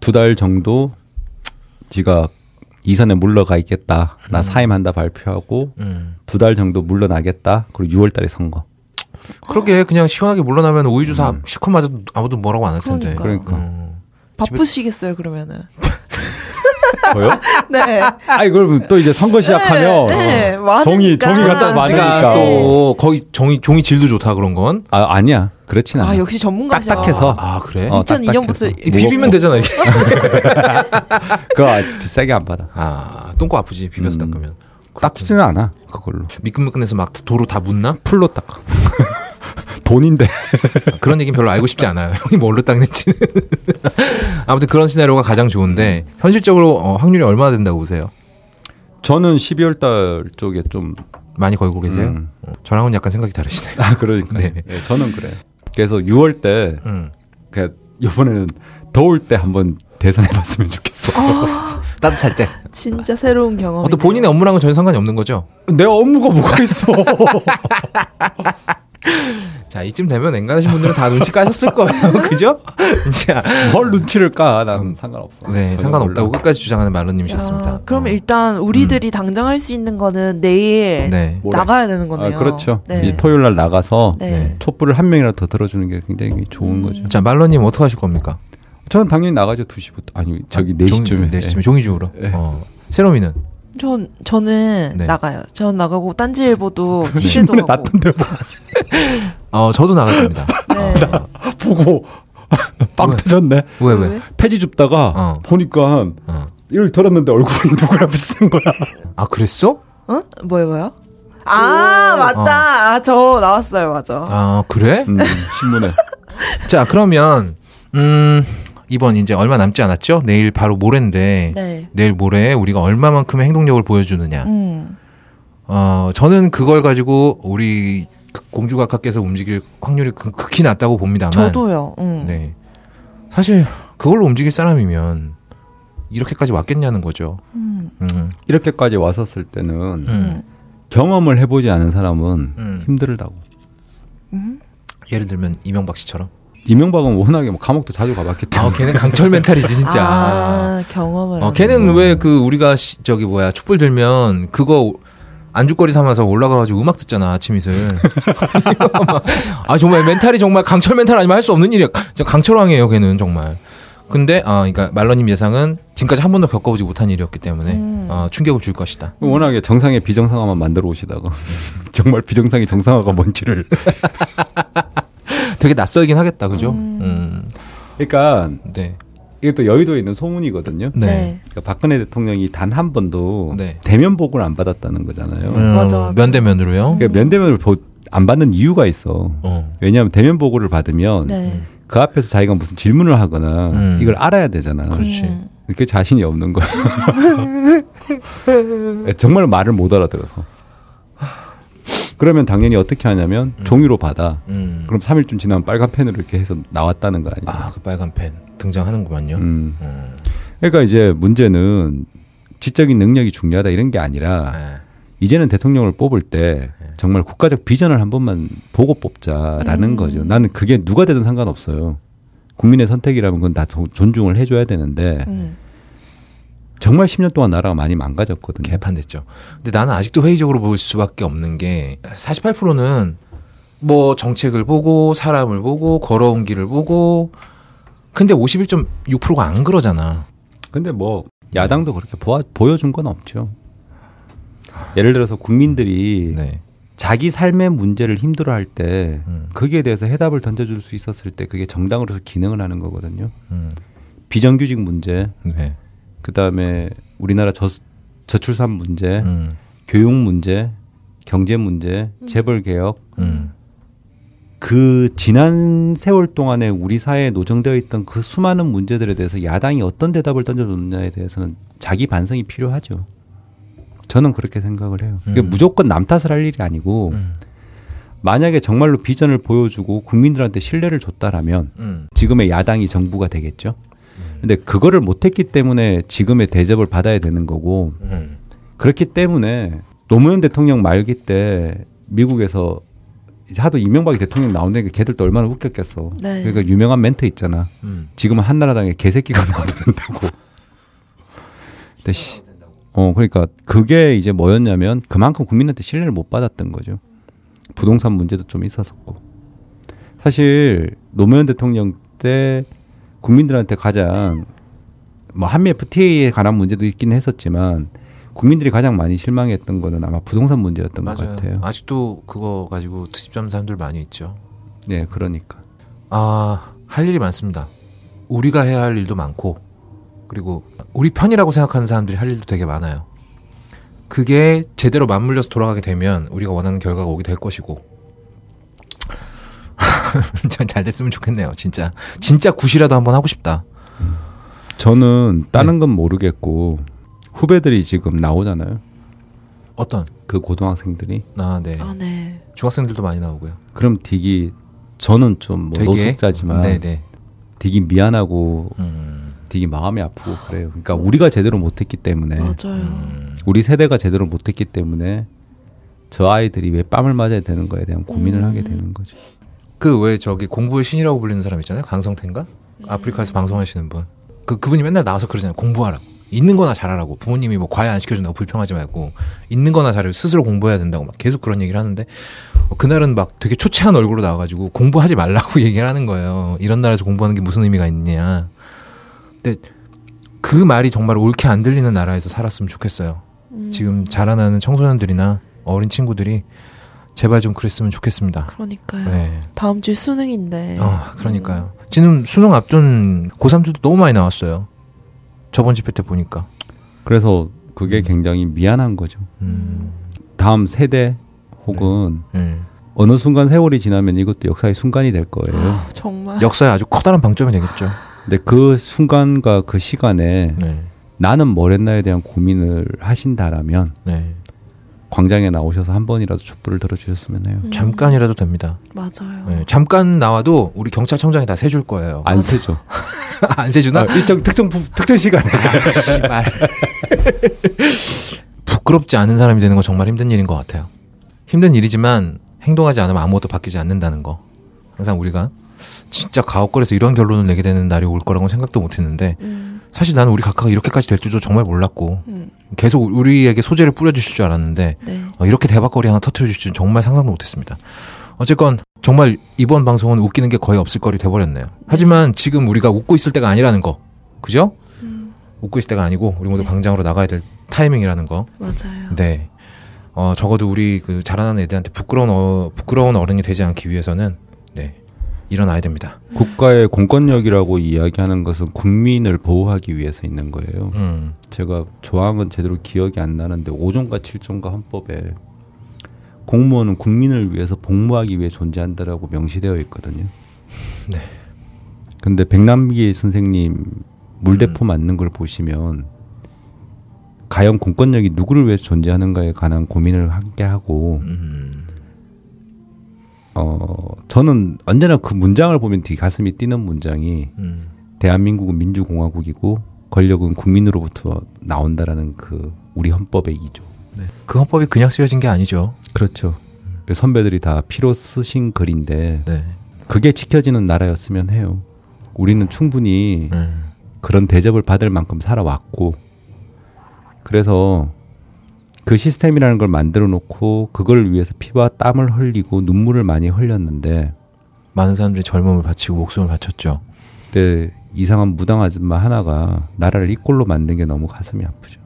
두 달 정도 지가 이선에 물러가 있겠다. 나 사임한다 발표하고
음.
두 달 정도 물러나겠다. 그리고 6월 달에 선거.
그러게 그냥 시원하게 물러나면 우유주사 실컷 맞아도 아무도 뭐라고 안 할 텐데.
음. 그러니까요.
그러니까.
음.
바쁘시겠어요 그러면은.
저요?
네.
[LAUGHS] 아니 그러면 또 이제 선거 시작하면
네,
어, 정이
많으니까.
정이 갖다 많으니까
제가 그러니까
또.
또 거의 종이, 종이 질도 좋다 그런 건.
아 아니야 그렇진 않아.
아 역시 전문가셔.
네. 딱딱해서.
아, 그래?
어,
2002년부터
딱딱해서.
이뭐 비비면 되잖아, 이게.
그거 아- 비싸게 안 받아.
아, 똥꼬 아프지, 비벼서 닦으면.
닦지는 않아 그걸로.
미끈미끈해서 막 도로 다 묻나?
풀로 닦아. 돈인데. [LAUGHS]
그런 얘기는 별로 알고 싶지 않아요. 형이 뭘로 닦는지. [LAUGHS] 아무튼 그런 시나리오가 가장 좋은데, 현실적으로 어, 확률이 얼마나 된다고 보세요?
저는 12월 달 쪽에 좀
많이 걸고 계세요?
음.
어, 저랑은 약간 생각이 다르시네. [LAUGHS]
아, 그러니까.
네.
네. 저는 그래요. 그래서 6월 때,
음.
그, 요번에는 더울 때 한번 대선해봤으면 좋겠어.
따뜻할 때.
아, 진짜 새로운 경험.
어, 또 본인의 업무랑은 전혀 상관이 없는 거죠?
내 업무가 뭐가 있어.
자 이쯤 되면 앵간하신 분들은 다 눈치 까셨을 거예요, [LAUGHS] 그죠? 자,
[LAUGHS] 뭘 눈치를 까? 난 음. 상관없어.
네
전혀
상관없다고
몰라.
끝까지 주장하는 말로님이셨습니다.
야, 아, 그럼
어.
일단 우리들이 당장 할 수 있는 거는 내일
네.
모레.
나가야 되는 거네요.
아, 그렇죠.
네.
이 토요일 날 나가서
네. 음.
네.
촛불을 한 명이라도 더 들어주는 게 굉장히 좋은 거죠.
자 말로님 어떻게 하실 겁니까?
저는 당연히 나가죠. 2시부터. 아니, 저기
네
4시쯤에.
네 시쯤에 종이 주우러.
예.
어. 세롬이는
전 저는
네.
나가요. 전 나가고 딴지일보도 취재도
신문에
하고.
났던데 뭐
어 저도 나갔습니다.
네.
예. 아, 보고 [LAUGHS] 빵 터졌네.
[LAUGHS] 왜 왜?
페이지 줍다가
어.
보니까
어.
이를 털었는데 얼굴이 누구랑 비슷한 거야.
아 그랬어?
어? 뭐요, 뭐요? 아 맞다. 아, 저 나왔어요, 맞아.
아 그래?
음, 신문에.
자 그러면 음 이번 이제 얼마 남지 않았죠? 내일 바로 모레인데
네.
내일 모레 우리가 얼마만큼의 행동력을 보여주느냐.
음.
어 저는 그걸 가지고 우리 그 공주각하께서 움직일 확률이 극- 극히 낮다고 봅니다만.
저도요. 음.
네. 사실 그걸로 움직일 사람이면 이렇게까지 왔겠냐는 거죠.
음.
음.
이렇게까지 왔었을 때는
음.
경험을 해보지 않은 사람은
음.
힘들다고.
예를 들면 이명박 씨처럼.
이명박은 워낙에 뭐 감옥도 자주 가봤기
아
때문에.
걔는 강철 멘탈이지 진짜.
아, 경험을.
어,
하는
걔는 왜 그 우리가 시- 저기 뭐야 촛불 들면 그거 안주거리 삼아서 올라가가지고 음악 듣잖아 아침이슬. [LAUGHS] 아 정말 멘탈이 정말 강철 멘탈 아니면 할 수 없는 일이야. 진짜 강철왕이에요 걔는 정말. 근데 아 그러니까 말러님 예상은 지금까지 한 번도 겪어보지 못한 일이었기 때문에
음.
어, 충격을 줄 것이다.
워낙에 정상의 비정상화만 만들어 오시다가
네.
[LAUGHS] 정말 비정상이 정상화가
[LAUGHS]
뭔지를.
되게 낯설긴 하겠다 그죠? 음.
그러니까
네.
이게 또 여의도에 있는 소문이거든요.
네.
네.
그러니까 박근혜 대통령이 단 한 번도
네.
대면 복을 안 받았다는 거잖아요.
음,
맞아, 맞아.
면대면으로요.
그러니까 면대면을 보- 안 받는 이유가 있어.
어.
왜냐하면 대면 보고를 받으면
네.
그 앞에서 자기가 무슨 질문을 하거나
음.
이걸 알아야 되잖아.
그렇지.
그게 자신이 없는 거야. [LAUGHS] 예, 정말 말을 못 알아들어서. 그러면 당연히 어떻게 하냐면 종이로 받아.
음.
그럼 3일쯤 지나면 빨간 펜으로 이렇게 해서 나왔다는 거 아니야.
아그 빨간 펜 등장하는구만요.
음.
음.
그러니까 이제 문제는 지적인 능력이 중요하다 이런 게 아니라
아.
이제는 대통령을 뽑을 때
네.
정말 국가적 비전을 한 번만 보고 뽑자라는 거죠. 나는 그게 누가 되든 상관없어요. 국민의 선택이라면 그건 다 조- 존중을 해줘야 되는데
음.
정말 10년 동안 나라가 많이 망가졌거든요.
개판됐죠. 근데 나는 아직도 회의적으로 볼 수밖에 없는 게 48%는 뭐 정책을 보고 사람을 보고 걸어온 길을 보고 근데 51.6%가 안 그러잖아.
근데 뭐 야당도 그렇게 보아, 보여준 건 없죠. 예를 들어서 국민들이
네.
자기 삶의 문제를 힘들어할 때
음.
거기에 대해서 해답을 던져줄 수 있었을 때 그게 정당으로서 기능을 하는 거거든요.
음.
비정규직 문제,
네.
그 다음에 우리나라 저, 저출산 문제,
음.
교육 문제, 경제 문제, 재벌 개혁
음.
그 지난 세월 동안에 우리 사회에 노정되어 있던 그 수많은 문제들에 대해서 야당이 어떤 대답을 던져줬느냐에 대해서는 자기 반성이 필요하죠. 저는 그렇게 생각을 해요. 이게
음.
무조건 남 탓을 할 일이 아니고
음.
만약에 정말로 비전을 보여주고 국민들한테 신뢰를 줬다라면
음.
지금의 야당이 정부가 되겠죠. 근데 그거를 못했기 때문에 지금의 대접을 받아야 되는 거고
음.
그렇기 때문에 노무현 대통령 말기 때 미국에서 이제 하도 이명박이 대통령 나오니까 걔들도 얼마나 웃겼겠어.
네.
그러니까 유명한 멘트 있잖아.
음.
지금은 한나라당에 개새끼가 [LAUGHS] 나와도 된다고. 근데 씨, 어 그러니까 그게 이제 뭐였냐면 그만큼 국민한테 신뢰를 못 받았던 거죠. 부동산 문제도 좀 있었었고 사실 노무현 대통령 때 국민들한테 가장 뭐 한미 FTA에 관한 문제도 있긴 했었지만 국민들이 가장 많이 실망했던 거는 아마 부동산 문제였던 것
맞아요.
같아요.
아직도 그거 가지고 트집 잡는 사람들 많이 있죠.
네, 그러니까.
아, 할 일이 많습니다. 우리가 해야 할 일도 많고, 그리고 우리 편이라고 생각하는 사람들이 할 일도 되게 많아요. 그게 제대로 맞물려서 돌아가게 되면 우리가 원하는 결과가 오게 될 것이고. [LAUGHS] 참 잘 됐으면 좋겠네요, 진짜. 진짜 굿이라도 한번 하고 싶다.
저는
네.
다른 건 모르겠고 후배들이 지금 나오잖아요.
어떤?
그 고등학생들이
아, 네.
아, 네.
중학생들도 많이 나오고요.
그럼 되게 저는 좀뭐 노숙자지만
네, 네.
되게 미안하고
음,
되게 마음이 아프고 그래요. 그러니까 우리가 제대로 못했기 때문에
맞아요.
우리 세대가 제대로
음.
못했기 때문에 저 아이들이 왜 뺨을 맞아야 되는 거에 대한 고민을 하게 되는 거죠.
그 왜 저기 공부의 신이라고 불리는 사람 있잖아요. 강성태인가? 아프리카에서 방송하시는 분. 그 그분이 맨날 나와서 그러잖아요. 공부하라고. 있는 거나 잘하라고. 부모님이 뭐 과외 안 시켜준다고 불평하지 말고 있는 거나 잘해. 스스로 공부해야 된다고 막 계속 그런 얘기를 하는데 어, 그날은 막 되게 초췌한 얼굴로 나와 가지고 공부하지 말라고 [LAUGHS] 얘기를 하는 거예요. 이런 나라에서 공부하는 게 무슨 의미가 있냐. 근데 그 말이 정말 옳게 안 들리는 나라에서 살았으면 좋겠어요. 지금 자라나는 청소년들이나 어린 친구들이 제발 좀 그랬으면 좋겠습니다.
그러니까요.
네.
다음 주에 수능인데.
아, 그러니까요. 지금 수능 앞둔 고3들도 너무 많이 나왔어요. 저번 집회 때 보니까.
그래서 그게 굉장히 미안한 거죠.
음.
다음 세대 혹은
예.
어느 순간 세월이 지나면 이것도 역사의 순간이 될 거예요.
정말.
역사에 아주 커다란 방점이 되겠죠.
근데 그 순간과 그 시간에
네.
나는 뭘 했나에 대한 고민을 하신다라면
네.
광장에 나오셔서 한 번이라도 촛불을 들어주셨으면 해요.
음,
잠깐이라도 됩니다.
맞아요.
네. 잠깐 나와도 우리 경찰청장이 다 세줄 거예요.
안 쓰죠.
[LAUGHS] 안 세주나? 어, 일정 특정 부- 특정 시간. 씨발. [LAUGHS] 부끄럽지 않은 사람이 되는 건 정말 힘든 일인 것 같아요. 힘든 일이지만 행동하지 않으면 아무것도 바뀌지 않는다는 거. 항상 우리가 진짜 가옥걸에서 이런 결론을 내게 되는 날이 올 거라고 생각도 못했는데
음,
사실 나는 우리 각하가 이렇게까지 될 줄도 정말 몰랐고
음,
계속 우리에게 소재를 뿌려주실 줄 알았는데
네.
어, 이렇게 대박거리 하나 터트려 주실 줄 정말 상상도 못했습니다. 어쨌건 정말 이번 방송은 웃기는 게 거의 없을 거리 돼버렸네요. 하지만 지금 우리가 웃고 있을 때가 아니라는 거, 그죠?
음,
웃고 있을 때가 아니고 우리 모두 광장으로 나가야 될 타이밍이라는 거.
맞아요.
네. 어, 적어도 우리 그 자라나는 애들한테 부끄러운 어, 부끄러운 어른이 되지 않기 위해서는 네 일어나야 됩니다.
국가의 공권력이라고 이야기하는 것은 국민을 보호하기 위해서 있는 거예요.
음,
제가 조항은 제대로 기억이 안 나는데 5종과 7종과 헌법에 공무원은 국민을 위해서 복무하기 위해 존재한다라고 명시되어 있거든요.
네.
근데 백남기 선생님 물대포
음.
맞는 걸 보시면 과연 공권력이 누구를 위해서 존재하는가에 관한 고민을 함께 하고
음,
어 저는 언제나 그 문장을 보면 뒤 가슴이 뛰는 문장이
음,
대한민국은 민주공화국이고 권력은 국민으로부터 나온다라는 그 우리 헌법의 이조.
그 헌법이 그냥 쓰여진 게 아니죠.
그렇죠. 선배들이 다 피로 쓰신 글인데
네.
그게 지켜지는 나라였으면 해요. 우리는 충분히
음,
그런 대접을 받을 만큼 살아왔고 그래서 그 시스템이라는 걸 만들어 놓고 그걸 위해서 피와 땀을 흘리고 눈물을 많이 흘렸는데
많은 사람들이 젊음을 바치고 목숨을 바쳤죠.
그때 이상한 무당 아줌마 하나가 나라를 이꼴로 만든 게 너무 가슴이 아프죠.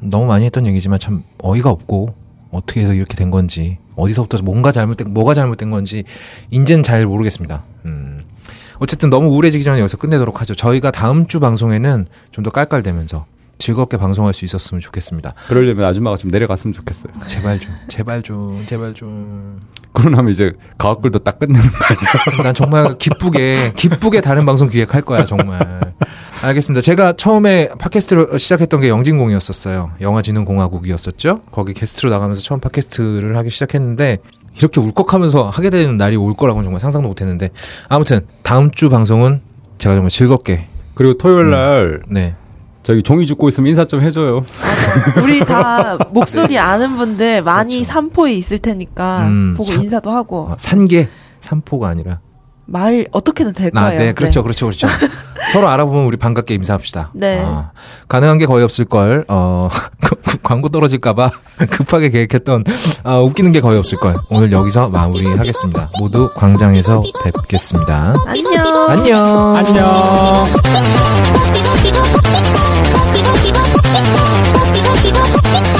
너무 많이 했던 얘기지만 참 어이가 없고 어떻게 해서 이렇게 된 건지 어디서부터 뭔가 잘못된 뭐가 잘못된 건지 인젠 잘 모르겠습니다. 음. 어쨌든 너무 우울해지기 전에 여기서 끝내도록 하죠. 저희가 다음 주 방송에는 좀 더 깔깔대면서 즐겁게 방송할 수 있었으면 좋겠습니다.
그러려면 아줌마가 좀 내려갔으면 좋겠어요.
제발 좀, 제발 좀, 제발 좀.
그러면 이제 가옥글도 딱 끝내는
난 정말 기쁘게 기쁘게 다른 방송 기획할 거야 정말. 알겠습니다. 제가 처음에 팟캐스트를 시작했던 게 영진공이었었어요. 영화진흥공화국이었었죠. 거기 게스트로 나가면서 처음 팟캐스트를 하기 시작했는데 이렇게 울컥하면서 하게 되는 날이 올 거라고는 정말 상상도 못했는데 아무튼 다음 주 방송은 제가 정말 즐겁게
그리고 토요일 날
네
저기 종이 줍고 있으면 인사 좀 해줘요.
우리
[LAUGHS]
다 목소리 아는 분들 많이 산포에 있을
네.
테니까
그렇죠. 음,
보고
산-
인사도 하고
어, 산계 삼포가 아니라
말 어떻게든 될
아,
거예요.
네, 그렇죠, 그렇죠,
[LAUGHS]
그렇죠. 서로 알아보면 우리 반갑게 임사합시다.
네.
아, 가능한 게 거의 없을 걸. 어, [LAUGHS] 광고 떨어질까봐 [LAUGHS] 급하게 계획했던 아, 웃기는 게 거의 없을 걸. 오늘 여기서 마무리하겠습니다. 모두 광장에서 뵙겠습니다.
안녕.
안녕. 안녕.
Thank you.